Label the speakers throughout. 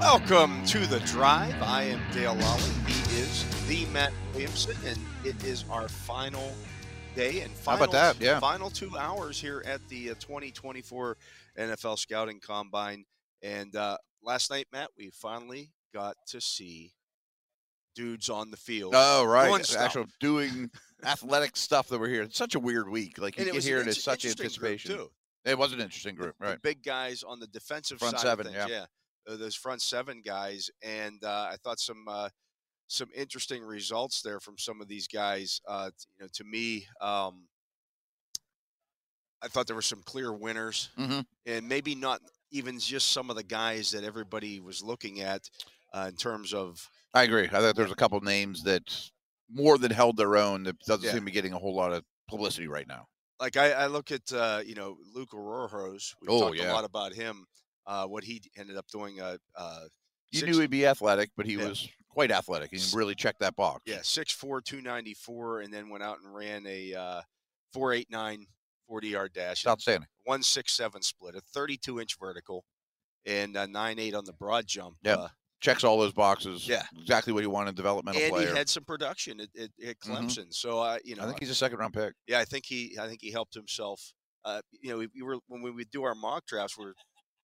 Speaker 1: Welcome to the drive. I am Dale Lally. He is the Matt Williamson, and it is our final day and
Speaker 2: How
Speaker 1: final,
Speaker 2: about that? Yeah.
Speaker 1: final two hours here at the uh, 2024 NFL Scouting Combine. And uh, last night, Matt, we finally got to see dudes on the field.
Speaker 2: Oh,
Speaker 1: Doing
Speaker 2: right.
Speaker 1: stuff.
Speaker 2: Actual doing athletic stuff that we're here. It's such a weird week. Like you
Speaker 1: and it
Speaker 2: get
Speaker 1: was
Speaker 2: here and
Speaker 1: it's
Speaker 2: it's such
Speaker 1: interesting group,
Speaker 2: anticipation.
Speaker 1: too.
Speaker 2: It was an interesting
Speaker 1: the-
Speaker 2: group,
Speaker 1: the
Speaker 2: right?
Speaker 1: big guys on the defensive
Speaker 2: Front
Speaker 1: side
Speaker 2: seven,
Speaker 1: of things. Yeah, Uh, those front seven guys, and uh, I thought some uh, some interesting results there from some of these guys. Uh, t- you know, to me, um, I thought there were some clear winners,
Speaker 2: Mhm.
Speaker 1: and maybe not even just some of the guys that everybody was looking at uh, in terms of
Speaker 2: I agree. I thought there's a couple names that more than held their own that doesn't
Speaker 1: Yeah.
Speaker 2: seem to be getting a whole lot of publicity right now.
Speaker 1: like I, I look at uh, you know Luke Roros. We
Speaker 2: Oh,
Speaker 1: talked a
Speaker 2: yeah.
Speaker 1: lot about him. Uh, what he d- ended up doing. Uh, uh,
Speaker 2: You
Speaker 1: six-
Speaker 2: knew he'd be athletic, but he
Speaker 1: Yeah.
Speaker 2: was quite athletic. He
Speaker 1: S-
Speaker 2: really checked that box.
Speaker 1: Yeah, 6'4", 294, and then went out and ran a uh, 4.89 40-yard dash,
Speaker 2: It's outstanding.
Speaker 1: 167 split, a 32-inch vertical, and a 9.8 on the broad jump.
Speaker 2: Yep.
Speaker 1: uh,
Speaker 2: Checks all those boxes.
Speaker 1: Yeah.
Speaker 2: Exactly what you want in a developmental
Speaker 1: and
Speaker 2: player.
Speaker 1: he had some production at, at, at
Speaker 2: Mhm.
Speaker 1: Clemson. So, uh, you know,
Speaker 2: I think he's a second round pick.
Speaker 1: yeah, I think he I think he helped himself. Uh, you know, we, we were when we would do our mock drafts, we're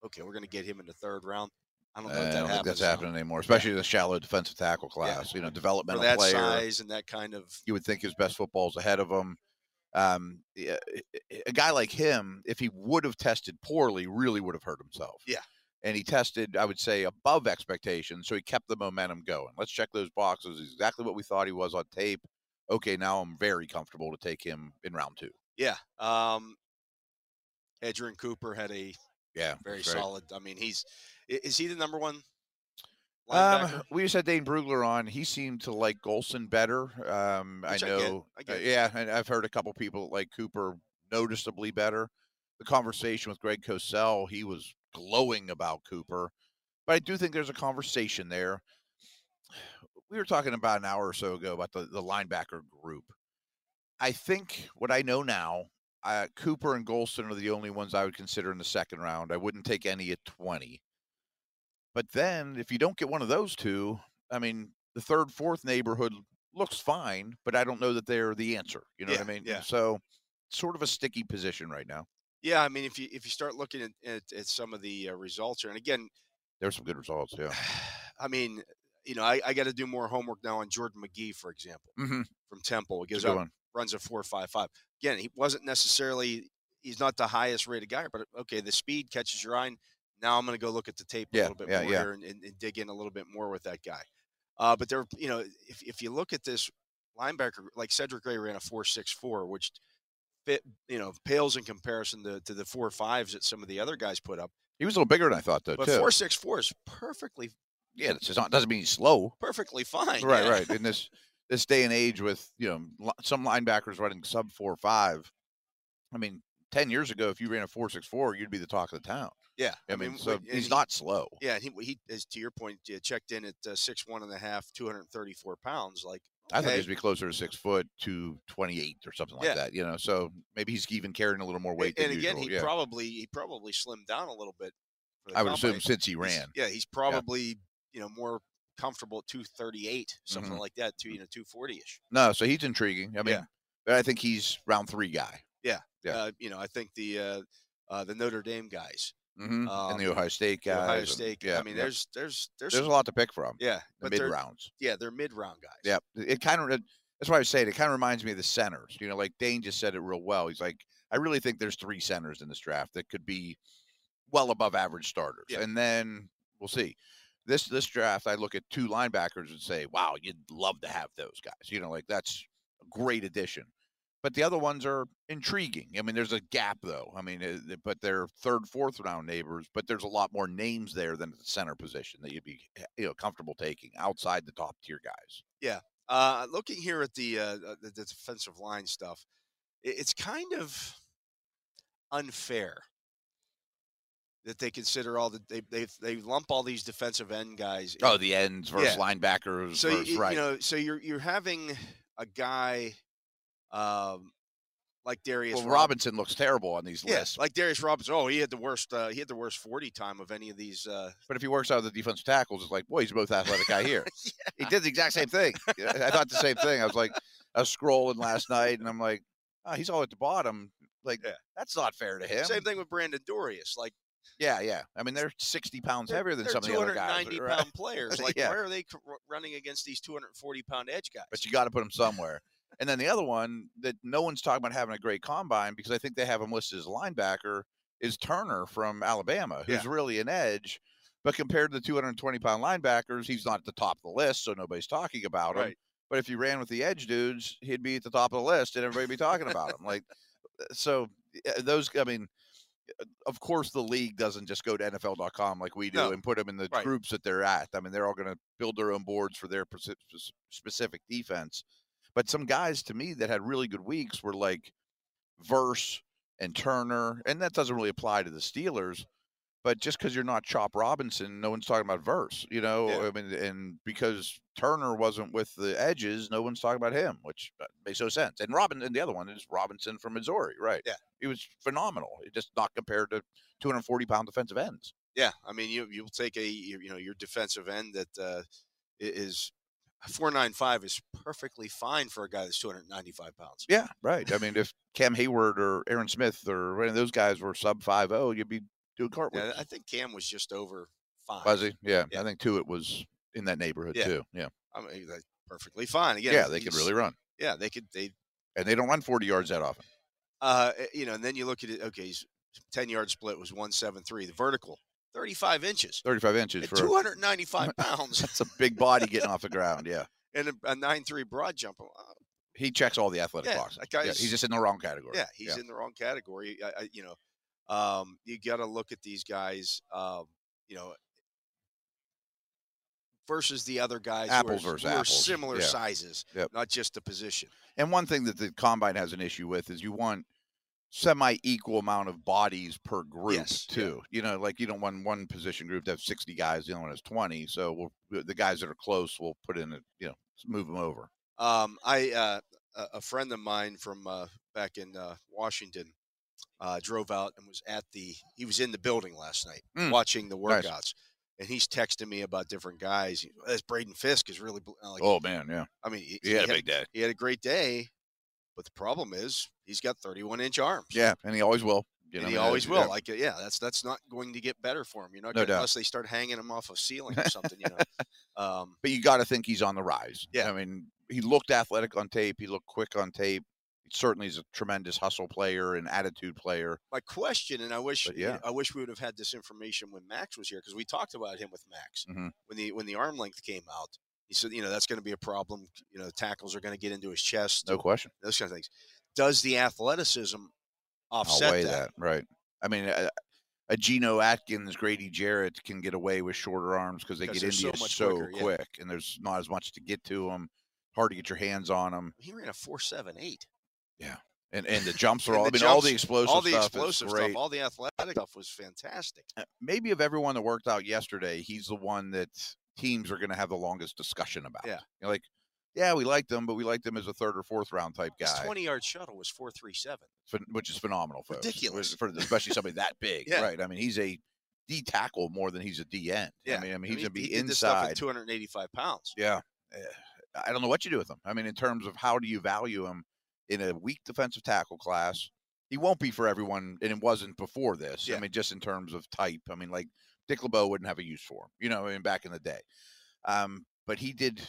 Speaker 1: okay. We're going to get him in the third round. I don't know if
Speaker 2: Uh, I
Speaker 1: that
Speaker 2: don't think
Speaker 1: happens
Speaker 2: that's
Speaker 1: now.
Speaker 2: happening anymore, especially the shallow defensive tackle
Speaker 1: Yeah.
Speaker 2: class. You know,
Speaker 1: for
Speaker 2: developmental
Speaker 1: that
Speaker 2: player.
Speaker 1: size and that kind of
Speaker 2: you would think his best football is ahead of him. Um, yeah, a guy like him, if he would have tested poorly, really would have hurt himself.
Speaker 1: Yeah.
Speaker 2: And he tested, I would say, above expectations, so he kept the momentum going. Let's check those boxes. He's Exactly what we thought he was on tape. Okay, now I'm very comfortable to take him in round two.
Speaker 1: yeah. Um, Edgerrin Cooper had a
Speaker 2: Yeah,
Speaker 1: very
Speaker 2: that's right.
Speaker 1: solid. I mean, he's i- is he the number one linebacker?
Speaker 2: Um, we just had Dane Brugler on. He seemed to like Golson better. Um, I
Speaker 1: Which I get,
Speaker 2: know.
Speaker 1: I
Speaker 2: uh,
Speaker 1: get.
Speaker 2: yeah, and I've heard a couple people that like Cooper noticeably better. The conversation with Greg Cosell, he was glowing about Cooper, but I do think there's a conversation there. We were talking about an hour or so ago about the, the linebacker group. I think what I know now, uh, Cooper and Golson are the only ones I would consider in the second round. I wouldn't take any at 20. But then if you don't get one of those two, I mean, the third, fourth neighborhood looks fine, but I don't know that they're the answer. You know what
Speaker 1: Yeah,
Speaker 2: I mean?
Speaker 1: yeah.
Speaker 2: So sort of a sticky position right now.
Speaker 1: yeah, I mean, if you if you start looking at, at, at some of the uh, results here, and again,
Speaker 2: There's some good results. Yeah.
Speaker 1: I mean, you know, I, I got to do more homework now on Jordan McGee, for example,
Speaker 2: Mm-hmm.
Speaker 1: from Temple. He goes
Speaker 2: It's a good
Speaker 1: out,
Speaker 2: one.
Speaker 1: runs a four five five. Again, he wasn't necessarily he's not the highest rated guy, but okay, the speed catches your eye. and Now I'm going to go look at the tape a
Speaker 2: Yeah,
Speaker 1: little bit
Speaker 2: yeah,
Speaker 1: more
Speaker 2: yeah.
Speaker 1: here and, and, and dig in a little bit more with that guy. Uh, but there, you know, if if you look at this linebacker, like Cedric Gray ran a four six four, which fit, you know pales in comparison to, to the four fives that some of the other guys put up.
Speaker 2: He was a little bigger than I thought, though,
Speaker 1: But
Speaker 2: too.
Speaker 1: four six four is perfectly
Speaker 2: yeah, it's just not, doesn't mean he's slow.
Speaker 1: perfectly fine.
Speaker 2: Right,
Speaker 1: yeah.
Speaker 2: right. In this this day and age, with you know li- some linebackers running sub four five, I mean, ten years ago, if you ran a four six four, you'd be the talk of the town.
Speaker 1: Yeah,
Speaker 2: I, mean,
Speaker 1: w-
Speaker 2: so
Speaker 1: and
Speaker 2: he's
Speaker 1: he-
Speaker 2: not slow.
Speaker 1: Yeah, and he he is to your point. uh, Checked in at uh, six one and a half, two hundred thirty four pounds. Like
Speaker 2: I thought
Speaker 1: okay,
Speaker 2: he'd be closer to six foot to twenty eight or something like
Speaker 1: Yeah.
Speaker 2: that. You know, so maybe he's even carrying a little more
Speaker 1: a-
Speaker 2: weight.
Speaker 1: And
Speaker 2: than
Speaker 1: again,
Speaker 2: usual.
Speaker 1: he
Speaker 2: yeah.
Speaker 1: probably he probably slimmed down a little bit. For the
Speaker 2: I would
Speaker 1: combine.
Speaker 2: assume since he
Speaker 1: He's-
Speaker 2: ran.
Speaker 1: Yeah, he's probably you know more comfortable at two thirty eight, something
Speaker 2: Mhm.
Speaker 1: like that. Two you know two forty ish.
Speaker 2: No, so he's intriguing. I mean,
Speaker 1: Yeah.
Speaker 2: but I think he's round three guy Yeah.
Speaker 1: Uh, you know, I think the uh, uh, the Notre Dame guys,
Speaker 2: hmm and the
Speaker 1: Um,
Speaker 2: Ohio State
Speaker 1: the
Speaker 2: guy.
Speaker 1: Ohio State.
Speaker 2: Yeah,
Speaker 1: I mean,
Speaker 2: yeah.
Speaker 1: there's there's there's,
Speaker 2: there's a lot to pick from.
Speaker 1: yeah,
Speaker 2: the
Speaker 1: but
Speaker 2: mid
Speaker 1: they're
Speaker 2: rounds.
Speaker 1: yeah they're mid round guys.
Speaker 2: Yeah, it- it kind of that's why I was saying it kind of reminds me of the centers. You know, like Dane just said it real well. He's like, I really think there's three centers in this draft that could be well above average starters,
Speaker 1: Yeah.
Speaker 2: and then we'll see. This this draft, I look at two linebackers and say, wow, you'd love to have those guys. You know, like that's a great addition. But the other ones are intriguing. I mean, there's a gap though. I mean, uh, th- but they're third, fourth round neighbors. But there's a lot more names there than at the center position that you'd be eh, you know comfortable taking outside the top tier guys.
Speaker 1: Uh, looking here at the, uh, uh, the the defensive line stuff, i- it's kind of unfair that they consider all the they they, they lump all these defensive end guys.
Speaker 2: Oh,
Speaker 1: in.
Speaker 2: the ends versus linebackers
Speaker 1: so
Speaker 2: versus
Speaker 1: you,
Speaker 2: right.
Speaker 1: you know, so you're you're having a guy um, like Darius
Speaker 2: Well,
Speaker 1: Robinson.
Speaker 2: Robinson looks terrible on these
Speaker 1: Yes,
Speaker 2: lists,
Speaker 1: like Darius Robinson. Oh, he had the worst. Uh, he had the worst forty time of any of these. Uh,
Speaker 2: but if he works out of the defensive tackles, it's like, boy, he's both athletic guy here. He did the exact same thing. Yeah, I thought the same thing. I was like, I was scrolling last night, and I'm like, oh, he's all at the bottom. Like,
Speaker 1: Yeah.
Speaker 2: that's not fair to him.
Speaker 1: Same thing with Brandon Dorius. Like
Speaker 2: Yeah, yeah. I mean, they're 60 pounds
Speaker 1: they're-
Speaker 2: heavier than
Speaker 1: they're
Speaker 2: some of the other guys.
Speaker 1: 290
Speaker 2: right?
Speaker 1: pound players. Like
Speaker 2: Yeah.
Speaker 1: where are they c- r- running against these two hundred forty pound edge guys?
Speaker 2: but you got to put him somewhere. And then the other one that no one's talking about having a great combine because I think they have him listed as a linebacker is Turner from Alabama, who's really an edge. But compared to the 220 pound linebackers, he's not at the top of the list, so nobody's talking about him.
Speaker 1: right.
Speaker 2: But if you ran with the edge dudes, he'd be at the top of the list, and everybody'd be talking about him. Like, so uh, those. I mean, uh, of course, the league doesn't just go to NFL.com like we do
Speaker 1: No.
Speaker 2: and put them in the
Speaker 1: Right.
Speaker 2: groups that they're at. I mean, they're all going to build their own boards for their persi- spec- specific defense. But some guys to me that had really good weeks were like Verse and Turner, and that doesn't really apply to the Steelers. But just because you're not Chop Robinson, no one's talking about Verse, you know.
Speaker 1: Yeah.
Speaker 2: I mean, and because Turner wasn't with the edges, no one's talking about him, which uh, makes no sense. And Robin, and the other one is Robinson from Missouri, right?
Speaker 1: Yeah.
Speaker 2: he was phenomenal. Just not compared to 240 pound defensive ends.
Speaker 1: Yeah, I mean, you you'll take a you you know your defensive end that uh, i- is four nine five is perfectly fine for a guy that's two hundred ninety five pounds.
Speaker 2: Yeah, right. I mean, if Cam Hayward or Aaron Smith or any of those guys were sub 5'0", you'd be doing
Speaker 1: Yeah,
Speaker 2: cartwheels.
Speaker 1: I think Cam was just over five.
Speaker 2: Was he? Yeah,
Speaker 1: Yeah.
Speaker 2: I think too. It was in that neighborhood
Speaker 1: Yeah.
Speaker 2: too. Yeah,
Speaker 1: I mean, that's perfectly fine.
Speaker 2: yeah,
Speaker 1: Again,
Speaker 2: they could
Speaker 1: he's-
Speaker 2: really run,
Speaker 1: Yeah, they could. They
Speaker 2: and they don't run 40 yards that often.
Speaker 1: uh, eh, you know, and then you look at it. Okay, his ten yard split was one seven three. The vertical thirty five inches,
Speaker 2: 35 inches for
Speaker 1: two hundred ninety five pounds,
Speaker 2: that's a big body getting off the ground. Yeah,
Speaker 1: and a, a nine three broad jump. Uh,
Speaker 2: he checks all the athletic
Speaker 1: Yeah,
Speaker 2: boxes.
Speaker 1: that
Speaker 2: Yeah,
Speaker 1: guy's-
Speaker 2: he's just in the wrong category.
Speaker 1: Yeah, he's in the wrong category. I, I, you know, um, you got to look at these guys. Um, you know, versus the other guys. who are-
Speaker 2: Apples
Speaker 1: who are,
Speaker 2: versus apples,
Speaker 1: similar
Speaker 2: yeah.
Speaker 1: sizes,
Speaker 2: Yep.
Speaker 1: not just the position.
Speaker 2: And one thing that the combine has an issue with is you want semi-equal amount of bodies per group
Speaker 1: Yes, yeah.
Speaker 2: too. You know, like you don't want one position group to have 60 guys, the other one has 20. So we'll, the- the guys that are close, we'll put in, a, you know, s- move them over.
Speaker 1: Um, I uh, a- a friend of mine from uh, back in uh, Washington uh, drove out and was at the. He was in the building last night
Speaker 2: Mm,
Speaker 1: watching the
Speaker 2: nice.
Speaker 1: workouts, and he's texting me about different guys. He- This Braden Fisk is really. bl- I'm Like,
Speaker 2: oh man, yeah,
Speaker 1: I mean, he,
Speaker 2: he had a
Speaker 1: he
Speaker 2: big day.
Speaker 1: he had a great day, but the problem is he's got 31 inch arms.
Speaker 2: Yeah, and he always will. You
Speaker 1: and
Speaker 2: know,
Speaker 1: he
Speaker 2: I mean,
Speaker 1: always
Speaker 2: that's-
Speaker 1: will.
Speaker 2: yeah.
Speaker 1: Like, uh, yeah, that's that's not going to get better for him. You're not
Speaker 2: No
Speaker 1: gonna,
Speaker 2: doubt.
Speaker 1: unless they start hanging him off a ceiling or something. You know, um,
Speaker 2: but you got to think he's on the rise.
Speaker 1: Yeah.
Speaker 2: I mean, he looked athletic on tape. He looked quick on tape. He certainly is a tremendous hustle player and attitude player.
Speaker 1: my question, and I wish,
Speaker 2: But yeah.
Speaker 1: I wish we would have had this information when Max was here because we talked about him with Max
Speaker 2: Mhm.
Speaker 1: when the when the arm length came out. He said, you know, that's going to be a problem. You know, tackles are going to get into his chest.
Speaker 2: No question.
Speaker 1: Those kind of things. Does the athleticism offset
Speaker 2: I'll weigh that. Right. I mean, a, a Geno Atkins, Grady Jarrett can get away with shorter arms because they
Speaker 1: Because
Speaker 2: get
Speaker 1: they're so
Speaker 2: into you
Speaker 1: much
Speaker 2: so
Speaker 1: quicker, yeah.
Speaker 2: quick, and there's not as much to get to them. Hard to get your hands on them,
Speaker 1: He ran a four seven eight.
Speaker 2: and and the jumps are
Speaker 1: And
Speaker 2: all. I
Speaker 1: the
Speaker 2: mean, all the
Speaker 1: jumps-
Speaker 2: explosive,
Speaker 1: all the
Speaker 2: stuff is
Speaker 1: explosive
Speaker 2: great.
Speaker 1: stuff, all the athletic stuff was fantastic.
Speaker 2: uh, maybe of everyone that worked out yesterday, he's the one that teams are going to have the longest discussion about.
Speaker 1: Yeah.
Speaker 2: You're like, yeah, we liked him, but we liked him as a third or fourth round type
Speaker 1: His
Speaker 2: guy,
Speaker 1: twenty yard shuttle was four three seven.
Speaker 2: phen- which is phenomenal, folks. was-
Speaker 1: Ridiculous.
Speaker 2: for especially somebody that big,
Speaker 1: Yeah.
Speaker 2: right? I mean, he's a D tackle more than he's a D end. I mean, I mean, he's going to be
Speaker 1: he did this stuff at
Speaker 2: inside.
Speaker 1: 285 pounds.
Speaker 2: Yeah. Eh, I don't know what you do with him. I mean, in terms of how do you value him in a weak defensive tackle class, he won't be for everyone, and it wasn't before this.
Speaker 1: Yeah.
Speaker 2: I mean, just in terms of type. I mean, like Dick LeBeau wouldn't have a use for him, you know, I mean, back in the day. Um, but he did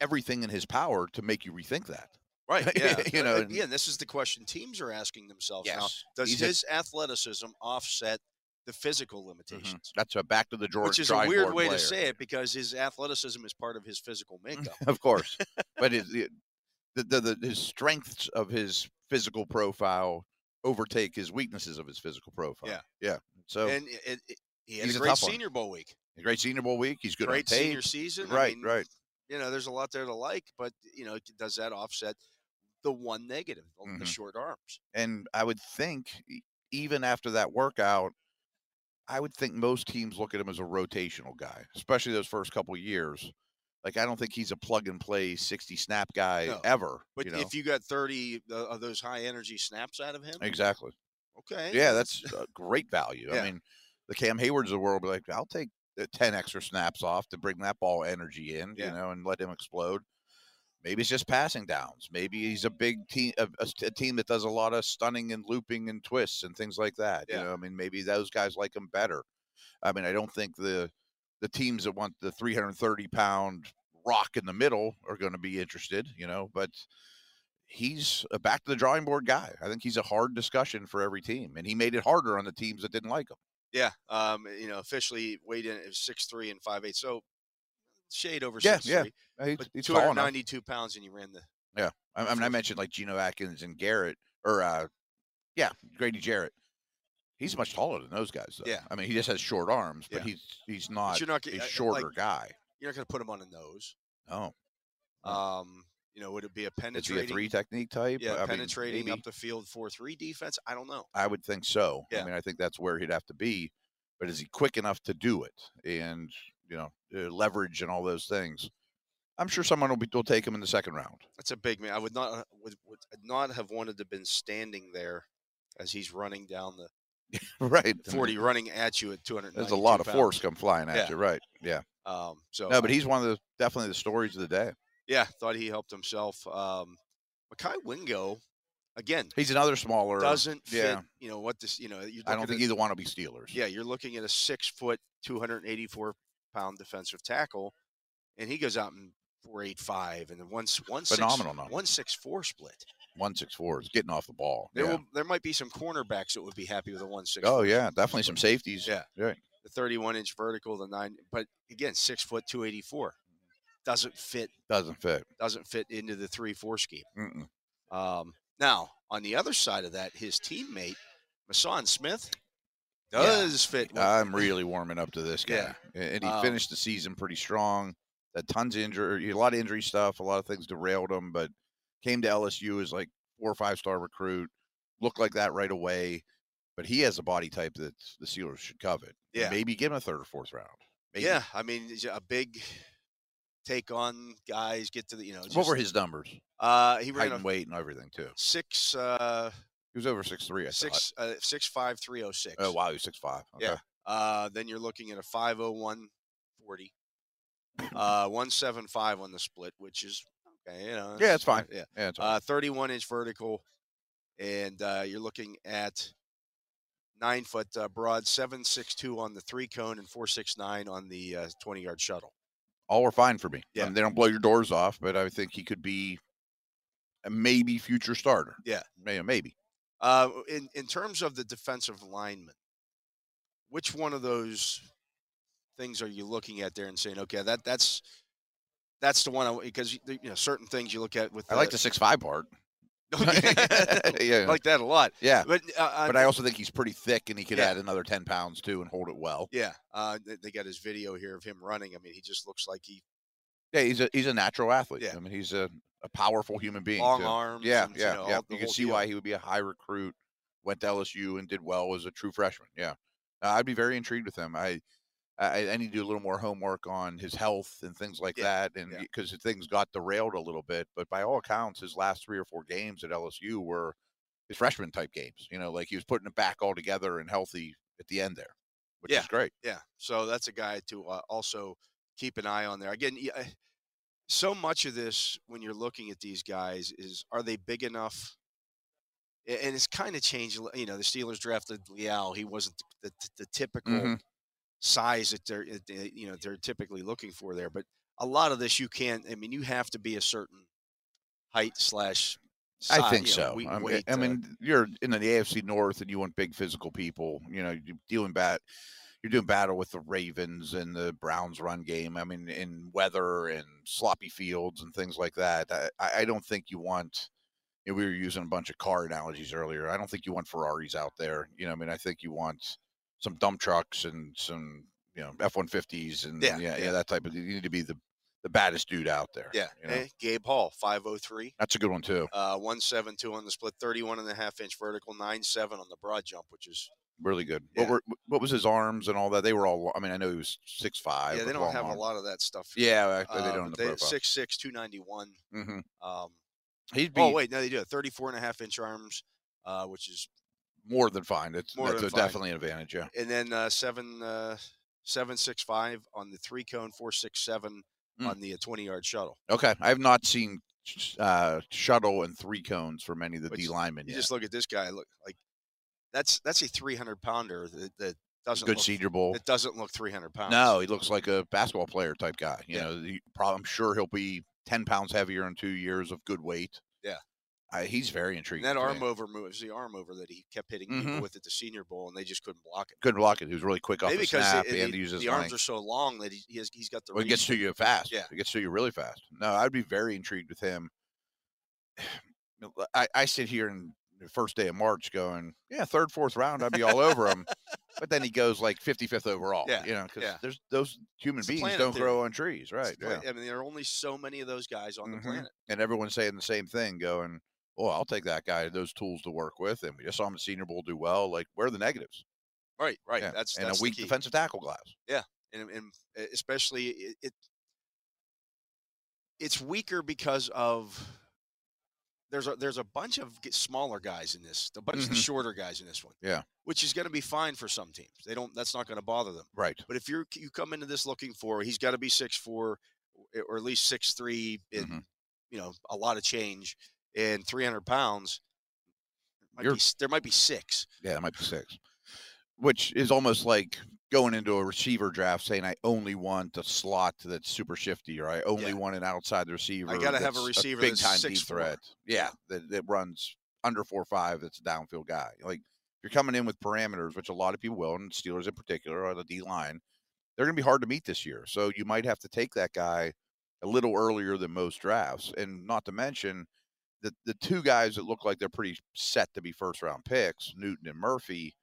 Speaker 2: everything in his power to make you rethink that.
Speaker 1: Right. Yeah.
Speaker 2: You know,
Speaker 1: Uh,
Speaker 2: and-
Speaker 1: yeah. and This is the question teams are asking themselves now. Does
Speaker 2: He's a-
Speaker 1: his athleticism offset the physical
Speaker 2: Mhm.
Speaker 1: limitations?
Speaker 2: That's a back to the drawer.
Speaker 1: Which is a
Speaker 2: drawing
Speaker 1: weird
Speaker 2: board
Speaker 1: way
Speaker 2: player.
Speaker 1: to say it because his athleticism is part of his physical makeup.
Speaker 2: of course. But his, the, the, the his strengths of his physical profile overtake his weaknesses of his physical profile.
Speaker 1: Yeah.
Speaker 2: yeah. So
Speaker 1: and it, it, it- he had
Speaker 2: He's
Speaker 1: a
Speaker 2: a
Speaker 1: great
Speaker 2: tough one.
Speaker 1: senior bowl week.
Speaker 2: a great Senior Bowl week. He's good
Speaker 1: great
Speaker 2: on tape.
Speaker 1: senior season. I
Speaker 2: right,
Speaker 1: mean,
Speaker 2: right.
Speaker 1: You know, there's a lot there to like, but, you know, does that offset the one negative, the- the
Speaker 2: Mhm.
Speaker 1: short arms?
Speaker 2: And I would think e- even after that workout, I would think most teams look at him as a rotational guy, especially those first couple years. Like I don't think he's a plug and play sixty snap guy
Speaker 1: No.
Speaker 2: ever.
Speaker 1: But
Speaker 2: you know?
Speaker 1: if you got 30 uh, of those high energy snaps out of him,
Speaker 2: exactly,
Speaker 1: okay.
Speaker 2: yeah, that's uh, great value.
Speaker 1: Yeah.
Speaker 2: I mean, the Cam Haywards of the world be like, I'll take the ten extra snaps off to bring that ball energy in,
Speaker 1: Yeah.
Speaker 2: you know, and let him explode. Maybe it's just passing downs. Maybe he's a big team, a, a s- a team that does a lot of stunning and looping and twists and things like that.
Speaker 1: Yeah.
Speaker 2: You know, I mean, maybe those guys like him better. I mean, I don't think the the teams that want the 330 pound rock in the middle are going to be interested, you know, but he's a back to the drawing board guy. I think he's a hard discussion for every team, and he made it harder on the teams that didn't like him.
Speaker 1: Yeah. Um, you know, officially weighed in at six three and five eight. So shade over
Speaker 2: Yeah,
Speaker 1: six
Speaker 2: yeah,
Speaker 1: three.
Speaker 2: Uh, He's,
Speaker 1: But
Speaker 2: he's
Speaker 1: two
Speaker 2: tall
Speaker 1: hundred
Speaker 2: enough.
Speaker 1: ninety two pounds and you ran the
Speaker 2: I, I mean, I mentioned like Geno Atkins and Garrett, or uh, yeah, Grady Jarrett. He's much taller than those guys, though.
Speaker 1: Yeah.
Speaker 2: I mean, he just has short arms, but
Speaker 1: Yeah.
Speaker 2: he's he's not
Speaker 1: you're not
Speaker 2: a
Speaker 1: uh,
Speaker 2: shorter
Speaker 1: like,
Speaker 2: guy.
Speaker 1: you're not gonna put him on a nose.
Speaker 2: Oh, No.
Speaker 1: Um, you know, would it be a
Speaker 2: is he a
Speaker 1: penetrating
Speaker 2: three technique type?
Speaker 1: yeah,
Speaker 2: I mean,
Speaker 1: penetrating
Speaker 2: maybe.
Speaker 1: up the field four three defense? I don't know.
Speaker 2: I would think so.
Speaker 1: Yeah.
Speaker 2: I mean, I think that's where he'd have to be. But is he quick enough to do it and you know uh, leverage and all those things? I'm sure someone will be will take him in the second round.
Speaker 1: That's a big man. I would not uh, would, would not have wanted to been standing there as he's running down the
Speaker 2: right. I mean,
Speaker 1: forty, running at you at two hundred.
Speaker 2: There's a lot of force come flying at
Speaker 1: Yeah.
Speaker 2: you. Right. Yeah.
Speaker 1: Um, so
Speaker 2: No, but he's one of the definitely the stories of the day.
Speaker 1: yeah, thought he helped himself. Um, Makai Wingo, again,
Speaker 2: He's another smaller.
Speaker 1: doesn't
Speaker 2: yeah.
Speaker 1: fit. You know what this? You know, you're
Speaker 2: I don't
Speaker 1: looking
Speaker 2: think
Speaker 1: at-
Speaker 2: either one will be Steelers.
Speaker 1: Yeah, you're looking at a six foot, two hundred and eighty four pound defensive tackle, and he goes out in four eight five and then one s- one six-
Speaker 2: Phenomenal number.
Speaker 1: one six four split.
Speaker 2: One six four is getting off the ball.
Speaker 1: There
Speaker 2: yeah.
Speaker 1: will there might be some cornerbacks that would be happy with a one six.
Speaker 2: oh yeah, definitely some safeties.
Speaker 1: Yeah. the thirty one inch vertical, the nine, but again six foot two eighty four doesn't fit
Speaker 2: Doesn't fit.
Speaker 1: doesn't fit into the three four scheme.
Speaker 2: Mm-mm.
Speaker 1: Um, now, on the other side of that, his teammate, Mason Smith,
Speaker 2: Yeah.
Speaker 1: does fit. with-
Speaker 2: I'm really warming up to this guy.
Speaker 1: Yeah.
Speaker 2: A- And he
Speaker 1: Um,
Speaker 2: finished the season pretty strong. Had tons of injury, a lot of injury stuff, a lot of things derailed him, but came to LSU as like four or five star recruit. Looked like that right away. But he has a body type that the Steelers should covet.
Speaker 1: Yeah.
Speaker 2: Maybe give him a third or fourth round. Maybe.
Speaker 1: yeah, I mean, he's a big take on guys, get to the, you know,
Speaker 2: what were
Speaker 1: just-
Speaker 2: his numbers?
Speaker 1: uh, he
Speaker 2: Height
Speaker 1: ran
Speaker 2: and
Speaker 1: a
Speaker 2: weight and everything too.
Speaker 1: six, uh,
Speaker 2: He was over six three, I thought.
Speaker 1: six, uh, six, five, three, oh, six.
Speaker 2: Oh wow, he was six five.
Speaker 1: Yeah. Uh, then you're looking at a 501 40, uh, 175 on the split, which is okay, you know.
Speaker 2: Yeah,
Speaker 1: that's
Speaker 2: it's fine.
Speaker 1: Yeah.
Speaker 2: Yeah, it's all right.
Speaker 1: Uh, 31 inch vertical, and uh, you're looking at nine foot uh, broad, seven six two on the three cone, and four six nine on the uh, 20 yard shuttle.
Speaker 2: all were fine for me.
Speaker 1: Yeah.
Speaker 2: I mean, they don't blow your doors off, but I think he could be a maybe future starter.
Speaker 1: Yeah.
Speaker 2: May- maybe.
Speaker 1: Uh, in in terms of the defensive lineman, which one of those things are you looking at there and saying, okay, that that's that's the one I because you know certain things you look at with
Speaker 2: I like the six five part.
Speaker 1: I
Speaker 2: yeah,
Speaker 1: like that a lot,
Speaker 2: yeah.
Speaker 1: but uh,
Speaker 2: But I also think he's pretty thick, and he could
Speaker 1: Yeah.
Speaker 2: add another ten pounds too and hold it well.
Speaker 1: yeah, uh, they, they got his video here of him running. I mean, he just looks like he
Speaker 2: Yeah, he's a he's a natural athlete.
Speaker 1: Yeah.
Speaker 2: I mean, he's a, a powerful human being.
Speaker 1: long
Speaker 2: too.
Speaker 1: arms.
Speaker 2: Yeah,
Speaker 1: and,
Speaker 2: yeah,
Speaker 1: you, know,
Speaker 2: yeah.
Speaker 1: all- the
Speaker 2: You can
Speaker 1: whole
Speaker 2: see
Speaker 1: deal.
Speaker 2: why he would be a high recruit. Went to LSU and did well as a true freshman. Yeah, Uh, I'd be very intrigued with him. I, I, I need to do a little more homework on his health and things like
Speaker 1: Yeah,
Speaker 2: that, and
Speaker 1: yeah.
Speaker 2: because things got derailed a little bit. But by all accounts, his last three or four games at LSU were his freshman type games. You know, like he was putting it back all together and healthy at the end there, which
Speaker 1: Yeah.
Speaker 2: is great.
Speaker 1: Yeah, so that's a guy to uh, also keep an eye on there. Again, y- I- so much of this when you're looking at these guys is are they big enough? A- And it's kind of changed. a li- You know, the Steelers drafted Leal. He wasn't the, the, the typical
Speaker 2: Mhm.
Speaker 1: size that they're that they- you know they're typically looking for there. But a lot of this you can't. I mean, you have to be a certain height slash.
Speaker 2: I
Speaker 1: si-
Speaker 2: think
Speaker 1: you know,
Speaker 2: so.
Speaker 1: we-
Speaker 2: I mean,
Speaker 1: weight,
Speaker 2: I
Speaker 1: uh,
Speaker 2: mean, you're in the AFC North, and you want big physical people. You know, you're dealing bat, you're doing battle with the Ravens and the Browns run game. I mean, in weather and sloppy fields and things like that. I, I I don't think you want. you know, we were using a bunch of car analogies earlier. I don't think you want Ferraris out there. You know, I mean, I think you want some dump trucks and some you know F one fifties and
Speaker 1: Yeah,
Speaker 2: yeah, yeah,
Speaker 1: yeah.
Speaker 2: that type of. You need to be the the baddest dude out there.
Speaker 1: yeah.
Speaker 2: you know?
Speaker 1: eh, Gabe Hall, five oh three.
Speaker 2: that's a good one too.
Speaker 1: uh, 172 on the split, 31 and a half inch vertical, 9 7 on the broad jump, which is
Speaker 2: really good.
Speaker 1: Yeah.
Speaker 2: What were what was his arms and all that? They were all. I mean, I know he was six five.
Speaker 1: yeah, they don't have a lot of that stuff.
Speaker 2: Yeah, actually, they
Speaker 1: Uh,
Speaker 2: don't. In
Speaker 1: but
Speaker 2: the profile.
Speaker 1: six six two ninety one.
Speaker 2: hmm
Speaker 1: Um,
Speaker 2: He'd be
Speaker 1: oh wait, no, they do have 34 and a half inch arms, uh, which is
Speaker 2: more than fine. It's
Speaker 1: More
Speaker 2: that's
Speaker 1: than
Speaker 2: a-
Speaker 1: fine.
Speaker 2: definitely an advantage. Yeah.
Speaker 1: and then uh, seven uh, seven six five on the three cone, four six seven
Speaker 2: Mm.
Speaker 1: on the uh, 20 yard shuttle.
Speaker 2: Okay, I have not seen sh- uh, shuttle and three cones from any of the
Speaker 1: Which
Speaker 2: D linemen
Speaker 1: You
Speaker 2: yet.
Speaker 1: just look at this guy. Look like that's that's a 300 pounder that, that doesn't
Speaker 2: Good
Speaker 1: look,
Speaker 2: Senior Bowl.
Speaker 1: It doesn't look 300 pounds.
Speaker 2: No, he looks like a basketball player type guy. You
Speaker 1: Yeah.
Speaker 2: know, he, prob- I'm sure he'll be ten pounds heavier in two years of good weight.
Speaker 1: Yeah.
Speaker 2: I, he's very
Speaker 1: And
Speaker 2: intriguing.
Speaker 1: that
Speaker 2: to me.
Speaker 1: arm over move is the arm over that he kept hitting
Speaker 2: Mhm.
Speaker 1: people with at the Senior Bowl, and they just couldn't block it.
Speaker 2: couldn't block it. He was really quick off
Speaker 1: Maybe
Speaker 2: the
Speaker 1: because
Speaker 2: snap
Speaker 1: it- it-
Speaker 2: and
Speaker 1: the,
Speaker 2: he uses
Speaker 1: the
Speaker 2: his
Speaker 1: arms
Speaker 2: length.
Speaker 1: are so long that he, he has, he's got the.
Speaker 2: Well, it gets
Speaker 1: reach
Speaker 2: to you fast.
Speaker 1: Yeah.
Speaker 2: it gets to you really fast. No, I'd be very intrigued with him. I, I sit here in the first day of March going, yeah, third, fourth round, I'd be all over him. But then he goes like 55th overall.
Speaker 1: Yeah,
Speaker 2: you know, because
Speaker 1: yeah.
Speaker 2: there's those human
Speaker 1: It's a
Speaker 2: beings
Speaker 1: planet
Speaker 2: don't
Speaker 1: theory.
Speaker 2: grow on trees,
Speaker 1: It's
Speaker 2: right?
Speaker 1: the
Speaker 2: Yeah.
Speaker 1: pla- I mean, there are only so many of those guys on
Speaker 2: Mhm.
Speaker 1: the planet.
Speaker 2: and everyone's saying the same thing, going, "Oh, I'll take that guy. Those tools to work with." And we just saw him at Senior Bowl do well. Like, where are the negatives?
Speaker 1: Right, right.
Speaker 2: Yeah,
Speaker 1: That's
Speaker 2: and
Speaker 1: that's
Speaker 2: a weak
Speaker 1: the key.
Speaker 2: defensive tackle class.
Speaker 1: and, and uh, especially it, it it's weaker because of there's a there's a bunch of g- smaller guys in this, a bunch of
Speaker 2: Mhm.
Speaker 1: shorter guys in this one.
Speaker 2: Yeah.
Speaker 1: which is going to be fine for some teams. They don't that's not going to bother them.
Speaker 2: Right.
Speaker 1: But if you're you come into this looking for he's got to be six four or at least six three and
Speaker 2: Mhm.
Speaker 1: you know a lot of change and three hundred pounds. Might be,
Speaker 2: You're-
Speaker 1: s- there might be six.
Speaker 2: Yeah, it might be six, which is almost like going into a receiver draft saying, "I only want a slot that's super shifty, or I only
Speaker 1: Yeah.
Speaker 2: want an outside receiver.
Speaker 1: gotta have a
Speaker 2: that's
Speaker 1: receiver
Speaker 2: big
Speaker 1: that's
Speaker 2: time
Speaker 1: 6'4".
Speaker 2: deep threat. Yeah, that, that runs under four five. That's a downfield guy. Like if you're coming in with parameters, which a lot of people will, and Steelers in particular on the D line, they're going to be hard to meet this year. So you might have to take that guy a little earlier than most drafts, and not to mention the the two guys that look like they're pretty set to be first round picks, Newton and Murphy,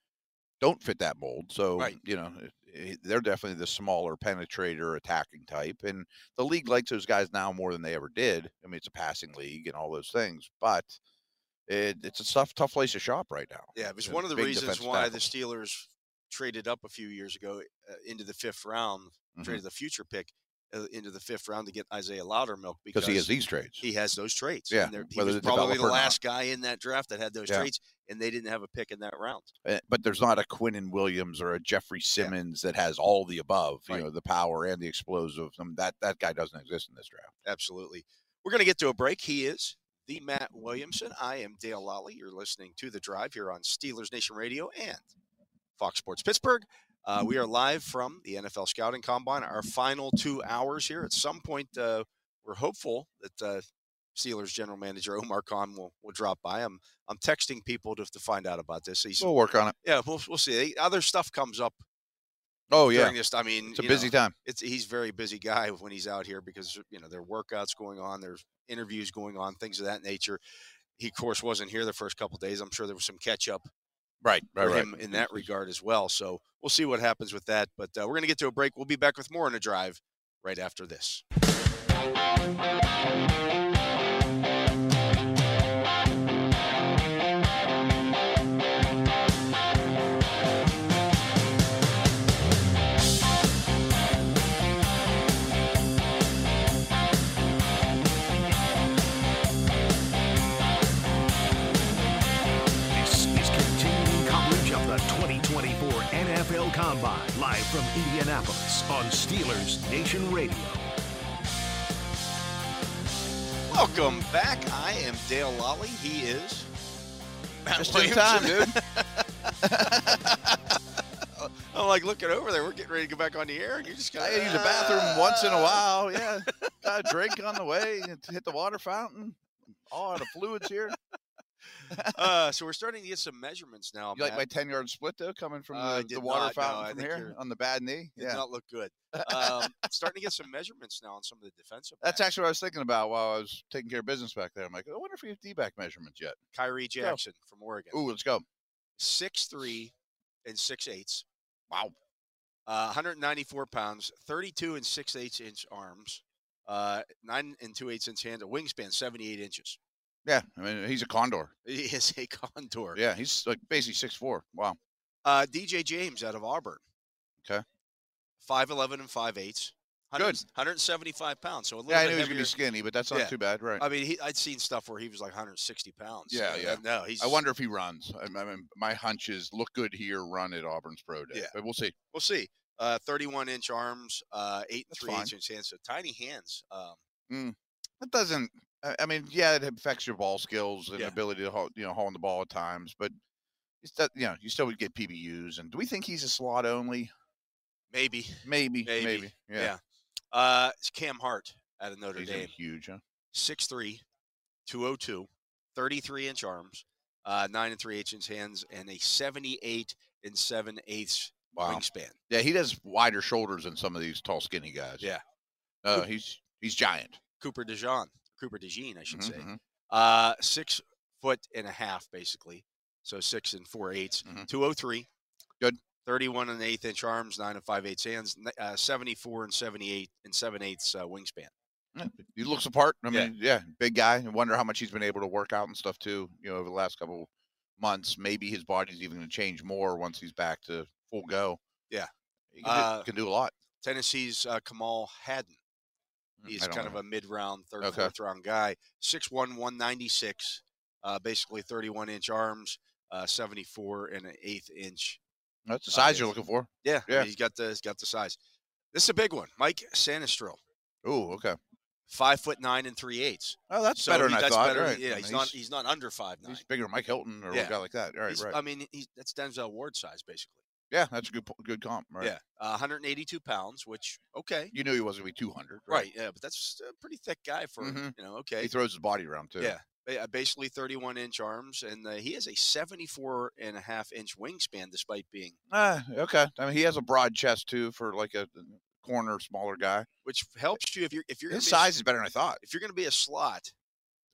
Speaker 2: don't fit that mold. So
Speaker 1: Right.
Speaker 2: you know it- it- they're definitely the smaller penetrator attacking type, and the league likes those guys now more than they ever did. I mean, it's a passing league and all those things, but it, it's a tough tough place to shop right now.
Speaker 1: Yeah, it was
Speaker 2: Yeah,
Speaker 1: one of the
Speaker 2: big
Speaker 1: reasons
Speaker 2: defensive
Speaker 1: why the
Speaker 2: tackle.
Speaker 1: Steelers traded up a few years ago uh, into the fifth round,
Speaker 2: Mhm.
Speaker 1: traded the future pick uh, into the fifth round to get Isaiah Loudermilk because
Speaker 2: because he has these trades.
Speaker 1: he has those traits.
Speaker 2: Yeah,
Speaker 1: and they're- he
Speaker 2: whether
Speaker 1: was
Speaker 2: they
Speaker 1: probably
Speaker 2: develop
Speaker 1: the
Speaker 2: or not.
Speaker 1: last guy in that draft that had those
Speaker 2: Yeah.
Speaker 1: traits, and they didn't have a pick in that round.
Speaker 2: Uh, but there's not a Quinn and Williams or a Jeffrey Simmons that has all the above,
Speaker 1: Right.
Speaker 2: you know, the power and the explosive. I mean, that that guy doesn't exist in this draft.
Speaker 1: Absolutely. We're going to get to a break. He is the Matt Williamson. I am Dale Lally. You're listening to The Drive here on Steelers Nation Radio and Fox Sports Pittsburgh. Uh, we are live from the NFL Scouting Combine, our final two hours here. At some point, uh, we're hopeful that uh, Steelers General Manager Omar Khan will, will drop by. I'm, I'm texting people to, to find out about this. He's,
Speaker 2: We'll work on it.
Speaker 1: yeah, we'll, we'll see. Other stuff comes up
Speaker 2: Oh yeah,
Speaker 1: during this. I mean,
Speaker 2: it's a
Speaker 1: you know,
Speaker 2: busy time.
Speaker 1: it's he's a very busy guy when he's out here because you know there are workouts going on, there's interviews going on, things of that nature. He of course wasn't here the first couple days. I'm sure there was some catch up
Speaker 2: Right,
Speaker 1: for him in that regard as well. So we'll see what happens with that. But uh, we're going to get to a break. We'll be back with more on a drive right after this.
Speaker 3: This is continuing coverage of the 2024 NFL Combine, live from Indianapolis on Steelers Nation Radio.
Speaker 1: Welcome back. I am Dale Lally. He is Matt
Speaker 2: Just in time, dude.
Speaker 1: I'm like looking over there. We're getting ready to go back on the air, and you're just uh, going
Speaker 2: I use the bathroom once in a while. Yeah, got a drink on the way and hit the water fountain. All out of fluids here.
Speaker 1: Uh, so we're starting to get some measurements now.
Speaker 2: You like
Speaker 1: Matt.
Speaker 2: my ten yard split though, coming from
Speaker 1: I
Speaker 2: the,
Speaker 1: did
Speaker 2: the water
Speaker 1: not, no,
Speaker 2: fountain
Speaker 1: I
Speaker 2: from
Speaker 1: think
Speaker 2: here
Speaker 1: you're-
Speaker 2: on the bad knee.
Speaker 1: did
Speaker 2: Yeah,
Speaker 1: not look good. Um, starting to get some measurements now on some of the defensive.
Speaker 2: that's
Speaker 1: backs.
Speaker 2: actually what I was thinking about while I was taking care of business back there. I'm like, I wonder if we have D back measurements yet.
Speaker 1: Kyrie Jackson from Oregon,
Speaker 2: Ooh, let's go.
Speaker 1: six three and six eighths,
Speaker 2: Wow.
Speaker 1: uh, 194 pounds, 32 and six eighths inch arms, uh, nine and two eighths inch hand, a wingspan 78 inches.
Speaker 2: Yeah, I mean he's a condor.
Speaker 1: He is a condor.
Speaker 2: Yeah, he's like basically six four. Wow.
Speaker 1: Uh, DJ James out of Auburn.
Speaker 2: Okay.
Speaker 1: 5'11 and 5'8.
Speaker 2: Good.
Speaker 1: 175 pounds. So a little
Speaker 2: Yeah, I
Speaker 1: bit
Speaker 2: knew he was gonna
Speaker 1: heavier.
Speaker 2: be skinny, but that's not
Speaker 1: Yeah. Uh,
Speaker 2: too bad, right?
Speaker 1: I mean, he, I'd seen stuff where he was like 160 pounds.
Speaker 2: Yeah,
Speaker 1: And
Speaker 2: yeah.
Speaker 1: No, he's.
Speaker 2: I wonder if he runs. I, I mean, my hunch is look good here, run at Auburn's pro day,
Speaker 1: Yeah.
Speaker 2: but we'll see.
Speaker 1: We'll see. Uh, 31 inch arms, uh, eight and
Speaker 2: That's
Speaker 1: three eighths inch hands. So tiny hands. Um,
Speaker 2: That doesn't. I I mean, yeah, it affects your ball skills and
Speaker 1: Yeah.
Speaker 2: ability to haul, you know, haul on the ball at times, but it's that you know, you still would get PBUs. And do we think he's a slot only?
Speaker 1: maybe.
Speaker 2: Maybe,
Speaker 1: Maybe,
Speaker 2: maybe,
Speaker 1: Yeah.
Speaker 2: yeah.
Speaker 1: Uh, it's Cam Hart out of Notre
Speaker 2: He's gonna be
Speaker 1: Dame.
Speaker 2: huge. Huh?
Speaker 1: 6'3, 202, 33 oh inch arms, uh, 9 and 3 eighths inch hands, and a 78 and 7 eighths
Speaker 2: Wow.
Speaker 1: wingspan.
Speaker 2: Yeah, he has wider shoulders than some of these tall, skinny guys.
Speaker 1: Yeah.
Speaker 2: Uh, he's he's giant.
Speaker 1: Cooper DeJean, Cooper DeJean, I should
Speaker 2: Mhm,
Speaker 1: say.
Speaker 2: mhm.
Speaker 1: Uh, six foot and a half, basically. So six and four eighths.
Speaker 2: Mhm.
Speaker 1: 203.
Speaker 2: Good.
Speaker 1: 31 and an eighth inch arms, 9 and 5 eighths hands, n- uh, 74 and 78 and 7 eighths uh, wingspan.
Speaker 2: Yeah, He looks apart. I
Speaker 1: Yeah.
Speaker 2: mean, yeah, big guy. I wonder how much he's been able to work out and stuff too. You know, over the last couple months, maybe his body's even going to change more once he's back to full go.
Speaker 1: Yeah.
Speaker 2: he can,
Speaker 1: Uh,
Speaker 2: do, can do a lot.
Speaker 1: Tennessee's uh, Kamal Haddon.
Speaker 2: Mm, I
Speaker 1: He's
Speaker 2: don't
Speaker 1: kind
Speaker 2: know.
Speaker 1: of a mid round, third,
Speaker 2: Okay.
Speaker 1: fourth round guy. 6'1, 196, uh, basically 31 inch arms, uh, 74 and an eighth inch.
Speaker 2: that's the size you're
Speaker 1: yes.
Speaker 2: looking for.
Speaker 1: Yeah,
Speaker 2: Yeah.
Speaker 1: He's got the he's got the size. This is a big one. Mike Sanistril,
Speaker 2: Oh, okay.
Speaker 1: five foot nine and three eighths.
Speaker 2: Oh, that's
Speaker 1: So
Speaker 2: better
Speaker 1: he-
Speaker 2: than I
Speaker 1: that's
Speaker 2: thought.
Speaker 1: better.
Speaker 2: Right.
Speaker 1: Yeah,
Speaker 2: I mean,
Speaker 1: he's, not he's not under five nine.
Speaker 2: he's bigger than Mike Hilton or
Speaker 1: Yeah.
Speaker 2: a guy like that. All right,
Speaker 1: He's-
Speaker 2: right.
Speaker 1: I mean, he's, that's Denzel Ward size basically.
Speaker 2: yeah, that's a good po- good comp. Right.
Speaker 1: Yeah, uh, 182 pounds, which okay,
Speaker 2: You knew he wasn't going to be 200.
Speaker 1: right. Yeah, but that's a pretty thick guy for
Speaker 2: Mhm.
Speaker 1: you know. Okay,
Speaker 2: He throws his body around too.
Speaker 1: Yeah. ba- uh, basically 31 inch arms, and uh, he has a 74 and a half inch wingspan despite being
Speaker 2: Ah, okay. I mean, he has a broad chest too for like a uh, corner smaller guy.
Speaker 1: which helps you if you're if you're gonna
Speaker 2: His
Speaker 1: be a s-
Speaker 2: size is better than I thought.
Speaker 1: if you're going to be a slot,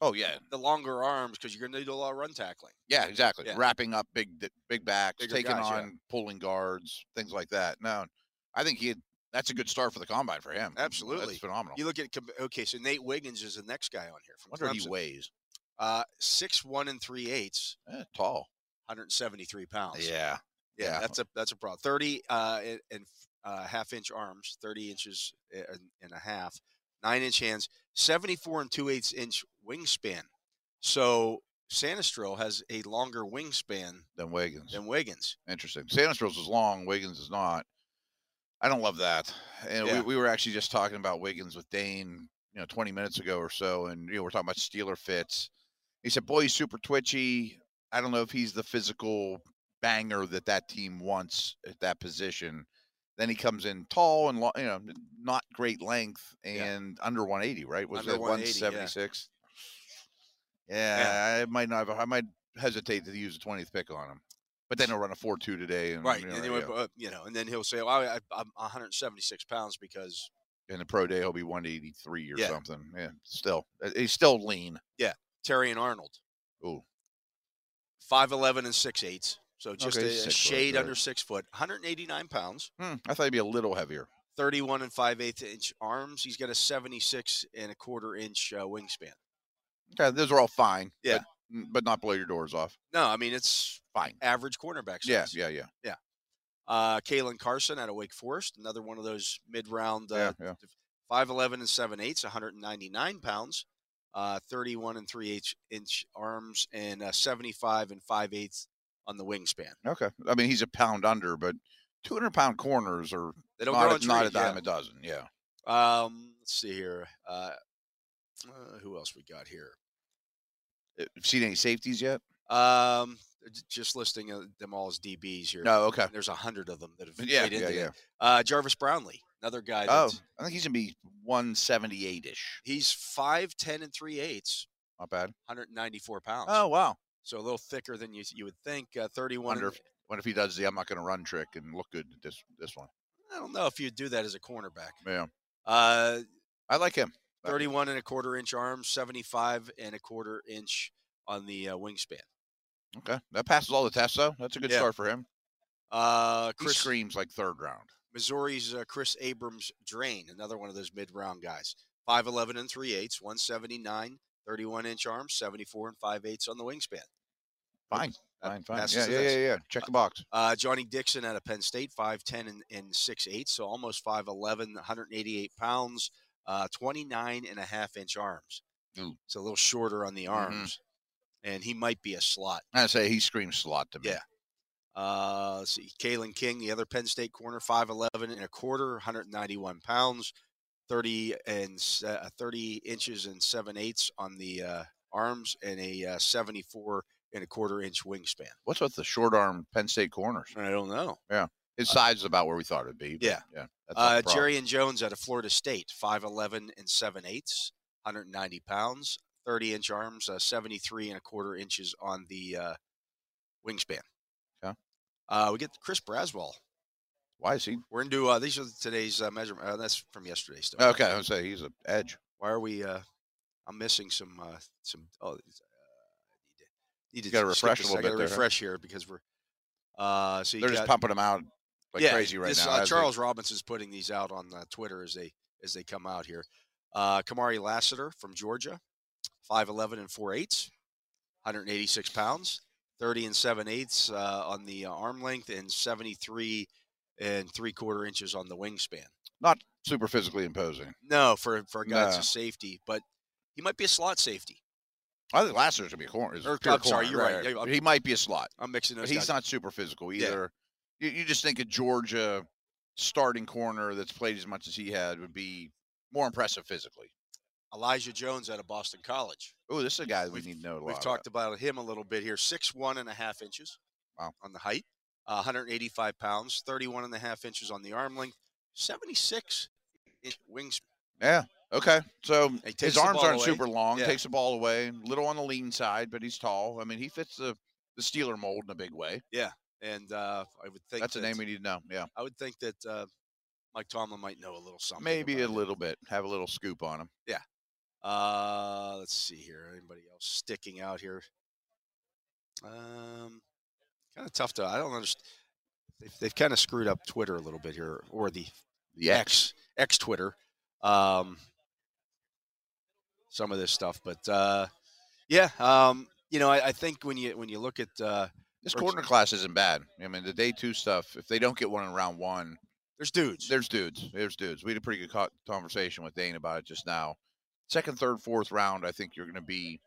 Speaker 2: Oh yeah,
Speaker 1: the longer arms because you're going to need a lot of run tackling.
Speaker 2: yeah, exactly.
Speaker 1: Yeah.
Speaker 2: Wrapping up big d- big backs,
Speaker 1: Bigger
Speaker 2: taking
Speaker 1: guys, yeah.
Speaker 2: on pulling guards, things like that. No, I think he that's a good start for the combine for him.
Speaker 1: Absolutely.
Speaker 2: that's phenomenal.
Speaker 1: You look at com- okay, so Nate Wiggins is the next guy on here from
Speaker 2: Oh. wonder what he
Speaker 1: Clemson.
Speaker 2: weighs.
Speaker 1: uh, six one and three eighths,
Speaker 2: Eh, tall.
Speaker 1: 173 pounds.
Speaker 2: Yeah,
Speaker 1: yeah,
Speaker 2: yeah.
Speaker 1: that's a that's a problem. 30 uh, and- and uh, half inch arms, 30 inches a- and, and a half, nine inch hands, 74 and two eighths inch wingspan. So Sanistril has a longer wingspan
Speaker 2: than Wiggins.
Speaker 1: than Wiggins.
Speaker 2: Interesting. Sandstros is long. Wiggins is not. I don't love that. And
Speaker 1: Yeah.
Speaker 2: we, we were actually just talking about Wiggins with Dane, you know, 20 minutes ago or so, and you know we're talking about Steeler fits. He said, "Boy, he's super twitchy. I don't know if he's the physical banger that that team wants at that position." Then he comes in tall and lo- you know not great length
Speaker 1: Yeah.
Speaker 2: and under 180, right? Was
Speaker 1: Under
Speaker 2: it
Speaker 1: 180, yeah.
Speaker 2: 176? Yeah. I might not. I might hesitate to use the 20th pick on him. But then he'll run a four-two today, and,
Speaker 1: Right.
Speaker 2: you
Speaker 1: And
Speaker 2: know,
Speaker 1: then,
Speaker 2: yeah.
Speaker 1: uh, you know, and then he'll say, well, I, I, I'm 176 pounds because,
Speaker 2: in the pro day he'll be 183 or
Speaker 1: Yeah.
Speaker 2: something. Yeah, still uh, he's still lean.
Speaker 1: Terry and Arnold.
Speaker 2: Ooh.
Speaker 1: 5'11 and six eighths. So just
Speaker 2: Okay,
Speaker 1: a,
Speaker 2: he's
Speaker 1: a
Speaker 2: six foot,
Speaker 1: shade
Speaker 2: right.
Speaker 1: under six foot, 189 pounds.
Speaker 2: Hmm, I thought he'd be a little heavier.
Speaker 1: 31 and 5 eighth inch arms. He's got a 76 and a quarter inch uh, wingspan.
Speaker 2: Okay, those are all fine.
Speaker 1: Yeah.
Speaker 2: but, mm, but not blow your doors off.
Speaker 1: No, I mean, it's
Speaker 2: Fine.
Speaker 1: average cornerback size.
Speaker 2: Yeah, yeah, yeah,
Speaker 1: Uh, Kalen Carson out of Wake Forest, another one of those mid round,
Speaker 2: yeah,
Speaker 1: uh,
Speaker 2: yeah.
Speaker 1: 5'11 and 7 eighths, 199 pounds, uh, 31 and 3 eighths inch arms, and uh, 75 and 5 eighths on the wingspan.
Speaker 2: Okay, I mean he's a pound under, but 200 pound corners are
Speaker 1: They don't
Speaker 2: not,
Speaker 1: grow
Speaker 2: a-
Speaker 1: on trees.
Speaker 2: not a
Speaker 1: yeah.
Speaker 2: dime a dozen. Yeah,
Speaker 1: Um, let's see here. Uh, uh, who else we got here?
Speaker 2: Uh, seen any safeties yet?
Speaker 1: Um, j- just listing uh, them all as DBs here.
Speaker 2: No. Okay.
Speaker 1: There's a hundred of them that have
Speaker 2: Yeah,
Speaker 1: played
Speaker 2: yeah,
Speaker 1: into
Speaker 2: yeah.
Speaker 1: it. Uh, Jarvis Brownlee, another guy.
Speaker 2: Oh,
Speaker 1: That's,
Speaker 2: I think he's gonna be 178 ish.
Speaker 1: he's five ten and three eighths,
Speaker 2: Not bad.
Speaker 1: 194 pounds.
Speaker 2: Oh wow.
Speaker 1: so a little thicker than you you would think. Uh, 31.
Speaker 2: Wonder
Speaker 1: and-
Speaker 2: if, wonder if he does the I'm not gonna run trick and look good at this this one.
Speaker 1: I don't know if you'd do that as a cornerback.
Speaker 2: Yeah,
Speaker 1: Uh,
Speaker 2: I like him.
Speaker 1: 31 and a quarter inch arms, 75 and a quarter inch on the uh, wingspan.
Speaker 2: Okay, that passes all the tests though. That's a good
Speaker 1: Yeah.
Speaker 2: start for him.
Speaker 1: Uh,
Speaker 2: He
Speaker 1: Chris
Speaker 2: screams like third round.
Speaker 1: Missouri's uh, Chris Abrams Drain, another one of those mid round guys. 5'11 and 3 eighths, 179, 31 inch arms, 74 and 5 eighths on the wingspan.
Speaker 2: Fine. Fine, fine.
Speaker 1: passes
Speaker 2: Yeah,
Speaker 1: the
Speaker 2: yeah, yeah,
Speaker 1: test.
Speaker 2: yeah. Check the box.
Speaker 1: Uh, Johnny Dixon out of Penn State, 5'10 and, and 6'8, so almost 5'11, 188 pounds, uh, 29 and a half inch arms.
Speaker 2: Ooh.
Speaker 1: So a little shorter on the arms. And he might be a slot.
Speaker 2: I say he screams slot to me.
Speaker 1: Yeah. Uh, let's see, Kalen King, the other Penn State corner, 5'11 and a quarter, 191 pounds, 30 and se- uh, 30 inches and 7 eighths on the uh, arms, and a uh, 74 and a quarter inch wingspan.
Speaker 2: What's with the short arm Penn State corners?
Speaker 1: I don't know.
Speaker 2: His size is about where we thought it'd be. but
Speaker 1: Uh, yeah.
Speaker 2: yeah. That's not
Speaker 1: Uh,
Speaker 2: a problem.
Speaker 1: Jerry and Jones out of Florida State, 5'11 and 7 eighths, 190 pounds, 30 inch arms, uh, 73 and a quarter inches on the uh, wingspan.
Speaker 2: Okay.
Speaker 1: Uh, we get Chris Braswell.
Speaker 2: Why is he?
Speaker 1: We're into uh, these are today's uh, measurement. Uh, that's from yesterday stuff.
Speaker 2: Okay, I would say he's an edge.
Speaker 1: Why are we? Uh, I'm missing some uh, some. Oh, it's, uh, need to, need to
Speaker 2: gotta
Speaker 1: skip
Speaker 2: refresh a
Speaker 1: this.
Speaker 2: little
Speaker 1: I
Speaker 2: bit
Speaker 1: gotta
Speaker 2: there, huh?
Speaker 1: refresh here because we're. Uh, so you
Speaker 2: They're
Speaker 1: got,
Speaker 2: just pumping him out like crazy right
Speaker 1: this,
Speaker 2: now.
Speaker 1: uh,
Speaker 2: as they-
Speaker 1: Charles Robinson's putting these out on uh, Twitter as they as they come out here. Uh, Kamari Lassiter from Georgia, 5'11 and 4 eighths, 186 pounds, 30 and 7 eighths uh, on the uh, arm length, and 73 and 3 quarter inches on the wingspan.
Speaker 2: not super physically imposing.
Speaker 1: No, for, for a guy that's
Speaker 2: No.
Speaker 1: a safety, but he might be a slot safety.
Speaker 2: I think Lassiter's gonna be a corner. is a
Speaker 1: Or-
Speaker 2: pure
Speaker 1: Er, I'm sorry,
Speaker 2: corner,
Speaker 1: you're right. Yeah, I'm-
Speaker 2: He might be a slot.
Speaker 1: I'm mixing
Speaker 2: But
Speaker 1: those
Speaker 2: he's
Speaker 1: guys.
Speaker 2: not super physical
Speaker 1: Yeah.
Speaker 2: either. You, you just think a Georgia starting corner that's played as much as he had would be more impressive physically.
Speaker 1: Elijah Jones out of Boston College.
Speaker 2: Oh, this is a guy that we
Speaker 1: We've-
Speaker 2: need to know a lot.
Speaker 1: We've talked about him a little bit here. Six one and a half inches
Speaker 2: Wow.
Speaker 1: on the height, uh, 185 pounds, 31 and a half inches on the arm length, 76 inch wings.
Speaker 2: about. Yeah. Okay. So
Speaker 1: takes
Speaker 2: his
Speaker 1: the
Speaker 2: arms
Speaker 1: ball
Speaker 2: aren't
Speaker 1: away.
Speaker 2: super long.
Speaker 1: Yeah.
Speaker 2: Takes the ball away. Little on the lean side, but he's tall. I mean, he fits the the Steeler mold in a big way.
Speaker 1: And uh, I would think
Speaker 2: That's a
Speaker 1: that-
Speaker 2: name we need to know. Yeah.
Speaker 1: I would think that uh, Mike Tomlin might know a little something.
Speaker 2: Maybe a
Speaker 1: about him.
Speaker 2: little bit. Have a little scoop on him.
Speaker 1: Uh, let's see here. Anybody else sticking out here? Um, kind of tough to. I don't understand. They've, they've kind of screwed up Twitter a little bit here, or the
Speaker 2: The
Speaker 1: X X Twitter, um, some of this stuff. But uh, yeah, um, you know, I, I think when you when you look at uh,
Speaker 2: This
Speaker 1: Or-
Speaker 2: corner class isn't bad. I mean, the day two stuff. If they don't get one in round one,
Speaker 1: there's dudes.
Speaker 2: There's dudes. There's dudes. We had a pretty good co- conversation with Dane about it just now. Second, third, fourth round, I think you're going to be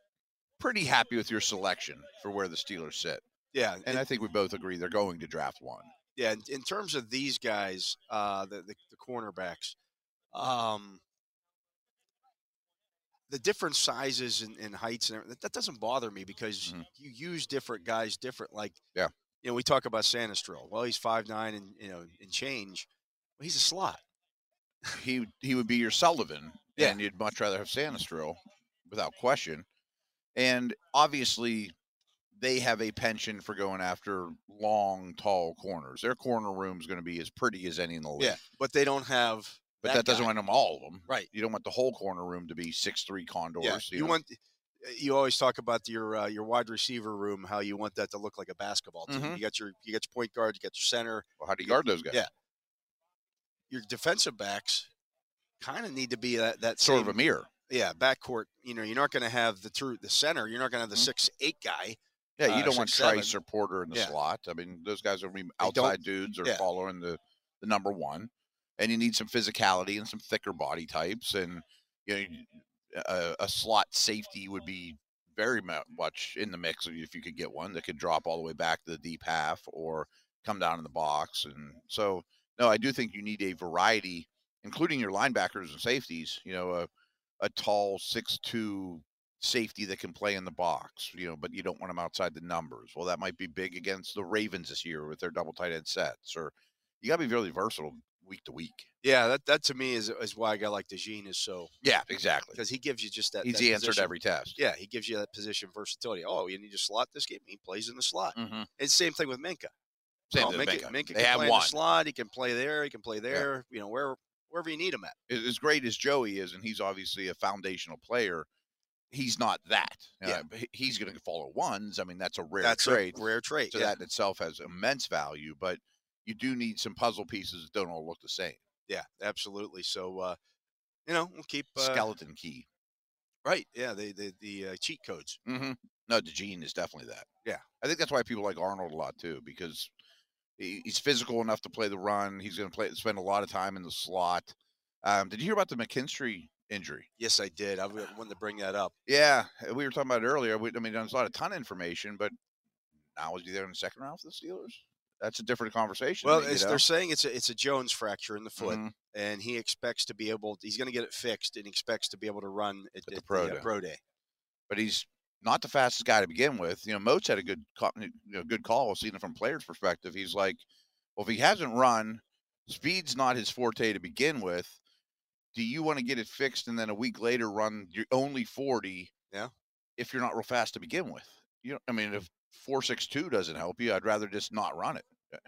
Speaker 2: pretty happy with your selection for where the Steelers sit.
Speaker 1: yeah, and,
Speaker 2: And I think we both agree they're going to draft one.
Speaker 1: yeah. In, in terms of these guys, uh, the, the the cornerbacks, um, the different sizes and, and heights and everything, that, that doesn't bother me because
Speaker 2: Mhm.
Speaker 1: you use different guys different. Like
Speaker 2: Yeah.
Speaker 1: you know, we talk about Sanistrell. Well, he's five nine and you know and change. Well, he's a slot.
Speaker 2: He he would be your Sullivan,
Speaker 1: Yeah.
Speaker 2: and you'd much rather have Sanistril, without question. And obviously, they have a penchant for going after long, tall corners. Their corner room's going to be as pretty as any in the league.
Speaker 1: Yeah, but they don't have.
Speaker 2: But that, doesn't
Speaker 1: guy.
Speaker 2: want them all of them.
Speaker 1: Right.
Speaker 2: You don't want the whole corner room to be six three condors.
Speaker 1: Yeah, you
Speaker 2: know?
Speaker 1: want. You always talk about your uh, your wide receiver room, how you want that to look like a basketball team.
Speaker 2: Mhm.
Speaker 1: You got your you got your point guard, you got your center,
Speaker 2: Well, how do you guard those guys?
Speaker 1: Yeah. your defensive backs. Kind of need to be that that
Speaker 2: Sort of
Speaker 1: same-
Speaker 2: a mirror.
Speaker 1: yeah backcourt. You know, you're not going to have the true the center. You're not going to have the
Speaker 2: Mhm.
Speaker 1: six eight guy.
Speaker 2: Yeah, you
Speaker 1: uh,
Speaker 2: don't want
Speaker 1: six,
Speaker 2: Trice
Speaker 1: seven.
Speaker 2: or Porter in the
Speaker 1: Yeah.
Speaker 2: slot. I mean, those guys are gonna be
Speaker 1: don't-
Speaker 2: outside dudes or
Speaker 1: yeah.
Speaker 2: following the, the number one. And you need some physicality and some thicker body types. And, you know, you- a, a slot safety would be very mu- much in the mix if you could get one that could drop all the way back to the deep half or come down in the box. And so, no, I do think you need a variety, including your linebackers and safeties, you know, a, a tall six two safety that can play in the box, you know, but you don't want them outside the numbers. Well, that might be big against the Ravens this year with their double tight end sets, or you got to be really versatile week to week.
Speaker 1: Yeah, that that to me is is why a guy like Dejean is so
Speaker 2: Yeah, exactly.
Speaker 1: because he gives you just that.
Speaker 2: He's
Speaker 1: that
Speaker 2: answered
Speaker 1: position-
Speaker 2: every test.
Speaker 1: Yeah, he gives you that position versatility. Oh, you need to slot this game. He plays in the slot.
Speaker 2: Mm-hmm.
Speaker 1: It's same thing with Minka.
Speaker 2: Same
Speaker 1: Oh,
Speaker 2: thing with
Speaker 1: Minka,
Speaker 2: Minka.
Speaker 1: Minka
Speaker 2: They
Speaker 1: can
Speaker 2: have
Speaker 1: play in
Speaker 2: one.
Speaker 1: the slot. He can play there. He can play there. You know, where wherever you need him at.
Speaker 2: A- As great as Joey is, and he's obviously a foundational player, he's not that.
Speaker 1: Yeah.
Speaker 2: Uh, but he- he's going to follow ones. I mean, that's a rare
Speaker 1: That's
Speaker 2: trait.
Speaker 1: a rare trait.
Speaker 2: so
Speaker 1: yeah.
Speaker 2: that in itself has immense value, but you do need some puzzle pieces that don't all look the same.
Speaker 1: yeah, absolutely. So, uh, you know, we'll keep uh,
Speaker 2: Skeleton key.
Speaker 1: right. Yeah, the the, the uh, cheat codes.
Speaker 2: Mm-hmm. No, DeGene is definitely that.
Speaker 1: Yeah.
Speaker 2: I think that's why people like Arnold a lot too, because he, he's physical enough to play the run. He's going to play spend a lot of time in the slot. Um, did you hear about the McKinstry injury?
Speaker 1: Yes, I did. I w- wanted to bring that up.
Speaker 2: Yeah, we were talking about it earlier. We, I mean, there's not a ton of information, but now was he there in the second round for the Steelers? That's a different conversation.
Speaker 1: Well,
Speaker 2: you
Speaker 1: it's,
Speaker 2: know?
Speaker 1: they're saying it's a it's a Jones fracture in the foot,
Speaker 2: Mhm.
Speaker 1: and he expects to be able. He's going to get it fixed, and expects to be able to run at,
Speaker 2: the
Speaker 1: at
Speaker 2: pro
Speaker 1: uh,
Speaker 2: day.
Speaker 1: pro day.
Speaker 2: but he's not the fastest guy to begin with. You know, Moats had a good, co- you know, good call. Seeing it from players' perspective, he's like, well, if he hasn't run, speed's not his forte to begin with. Do you want to get it fixed and then a week later run your only forty?
Speaker 1: Yeah.
Speaker 2: If you're not real fast to begin with, you know, I mean, if four six two doesn't help you, I'd rather just not run it.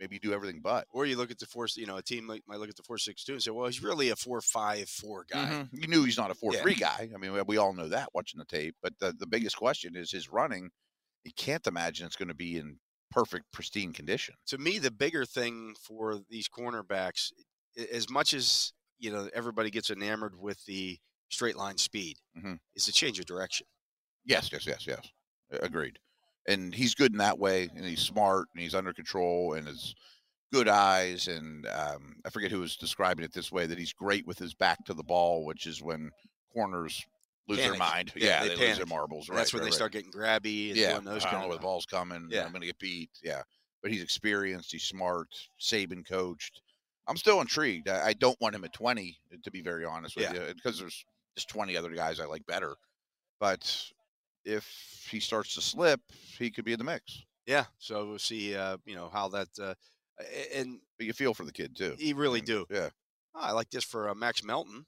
Speaker 2: Maybe do everything but.
Speaker 1: Or you look at the four, you know, a team like, might look at the four six two and say, well, he's really a four five four guy.
Speaker 2: Mhm. You knew he's not a four
Speaker 1: Yeah.
Speaker 2: three guy. I mean, we- we all know that watching the tape. But the, the biggest question is his running. You can't imagine it's going to be in perfect, pristine condition.
Speaker 1: to me, the bigger thing for these cornerbacks, a- as much as you know, everybody gets enamored with the straight line speed,
Speaker 2: Mhm.
Speaker 1: is the change of direction.
Speaker 2: Yes, yes, yes, yes. A- Agreed. And he's good in that way, and he's smart, and he's under control, and his good eyes. And um, I forget who was describing it this way that he's great with his back to the ball, which is when corners lose
Speaker 1: Panic.
Speaker 2: their mind.
Speaker 1: Yeah,
Speaker 2: Yeah,
Speaker 1: they
Speaker 2: they, lose their
Speaker 1: panic.
Speaker 2: marbles.
Speaker 1: that's
Speaker 2: right,
Speaker 1: when
Speaker 2: right,
Speaker 1: they
Speaker 2: right.
Speaker 1: start getting grabby and doing those
Speaker 2: I don't
Speaker 1: kind
Speaker 2: know
Speaker 1: of.
Speaker 2: where the ball's coming.
Speaker 1: Yeah.
Speaker 2: I'm going to get beat. Yeah, but he's experienced. He's smart. Saban coached. I'm still intrigued. I, I don't want him at 20, to be very honest with
Speaker 1: Yeah.
Speaker 2: you, because there's just 20 other guys I like better. But if he starts to slip, he could be in the mix.
Speaker 1: Yeah, so we'll see. Uh, you know how that, uh, a- and
Speaker 2: But you feel for the kid too.
Speaker 1: he really
Speaker 2: And-
Speaker 1: do.
Speaker 2: Yeah,
Speaker 1: Oh, I like this for uh, Max Melton.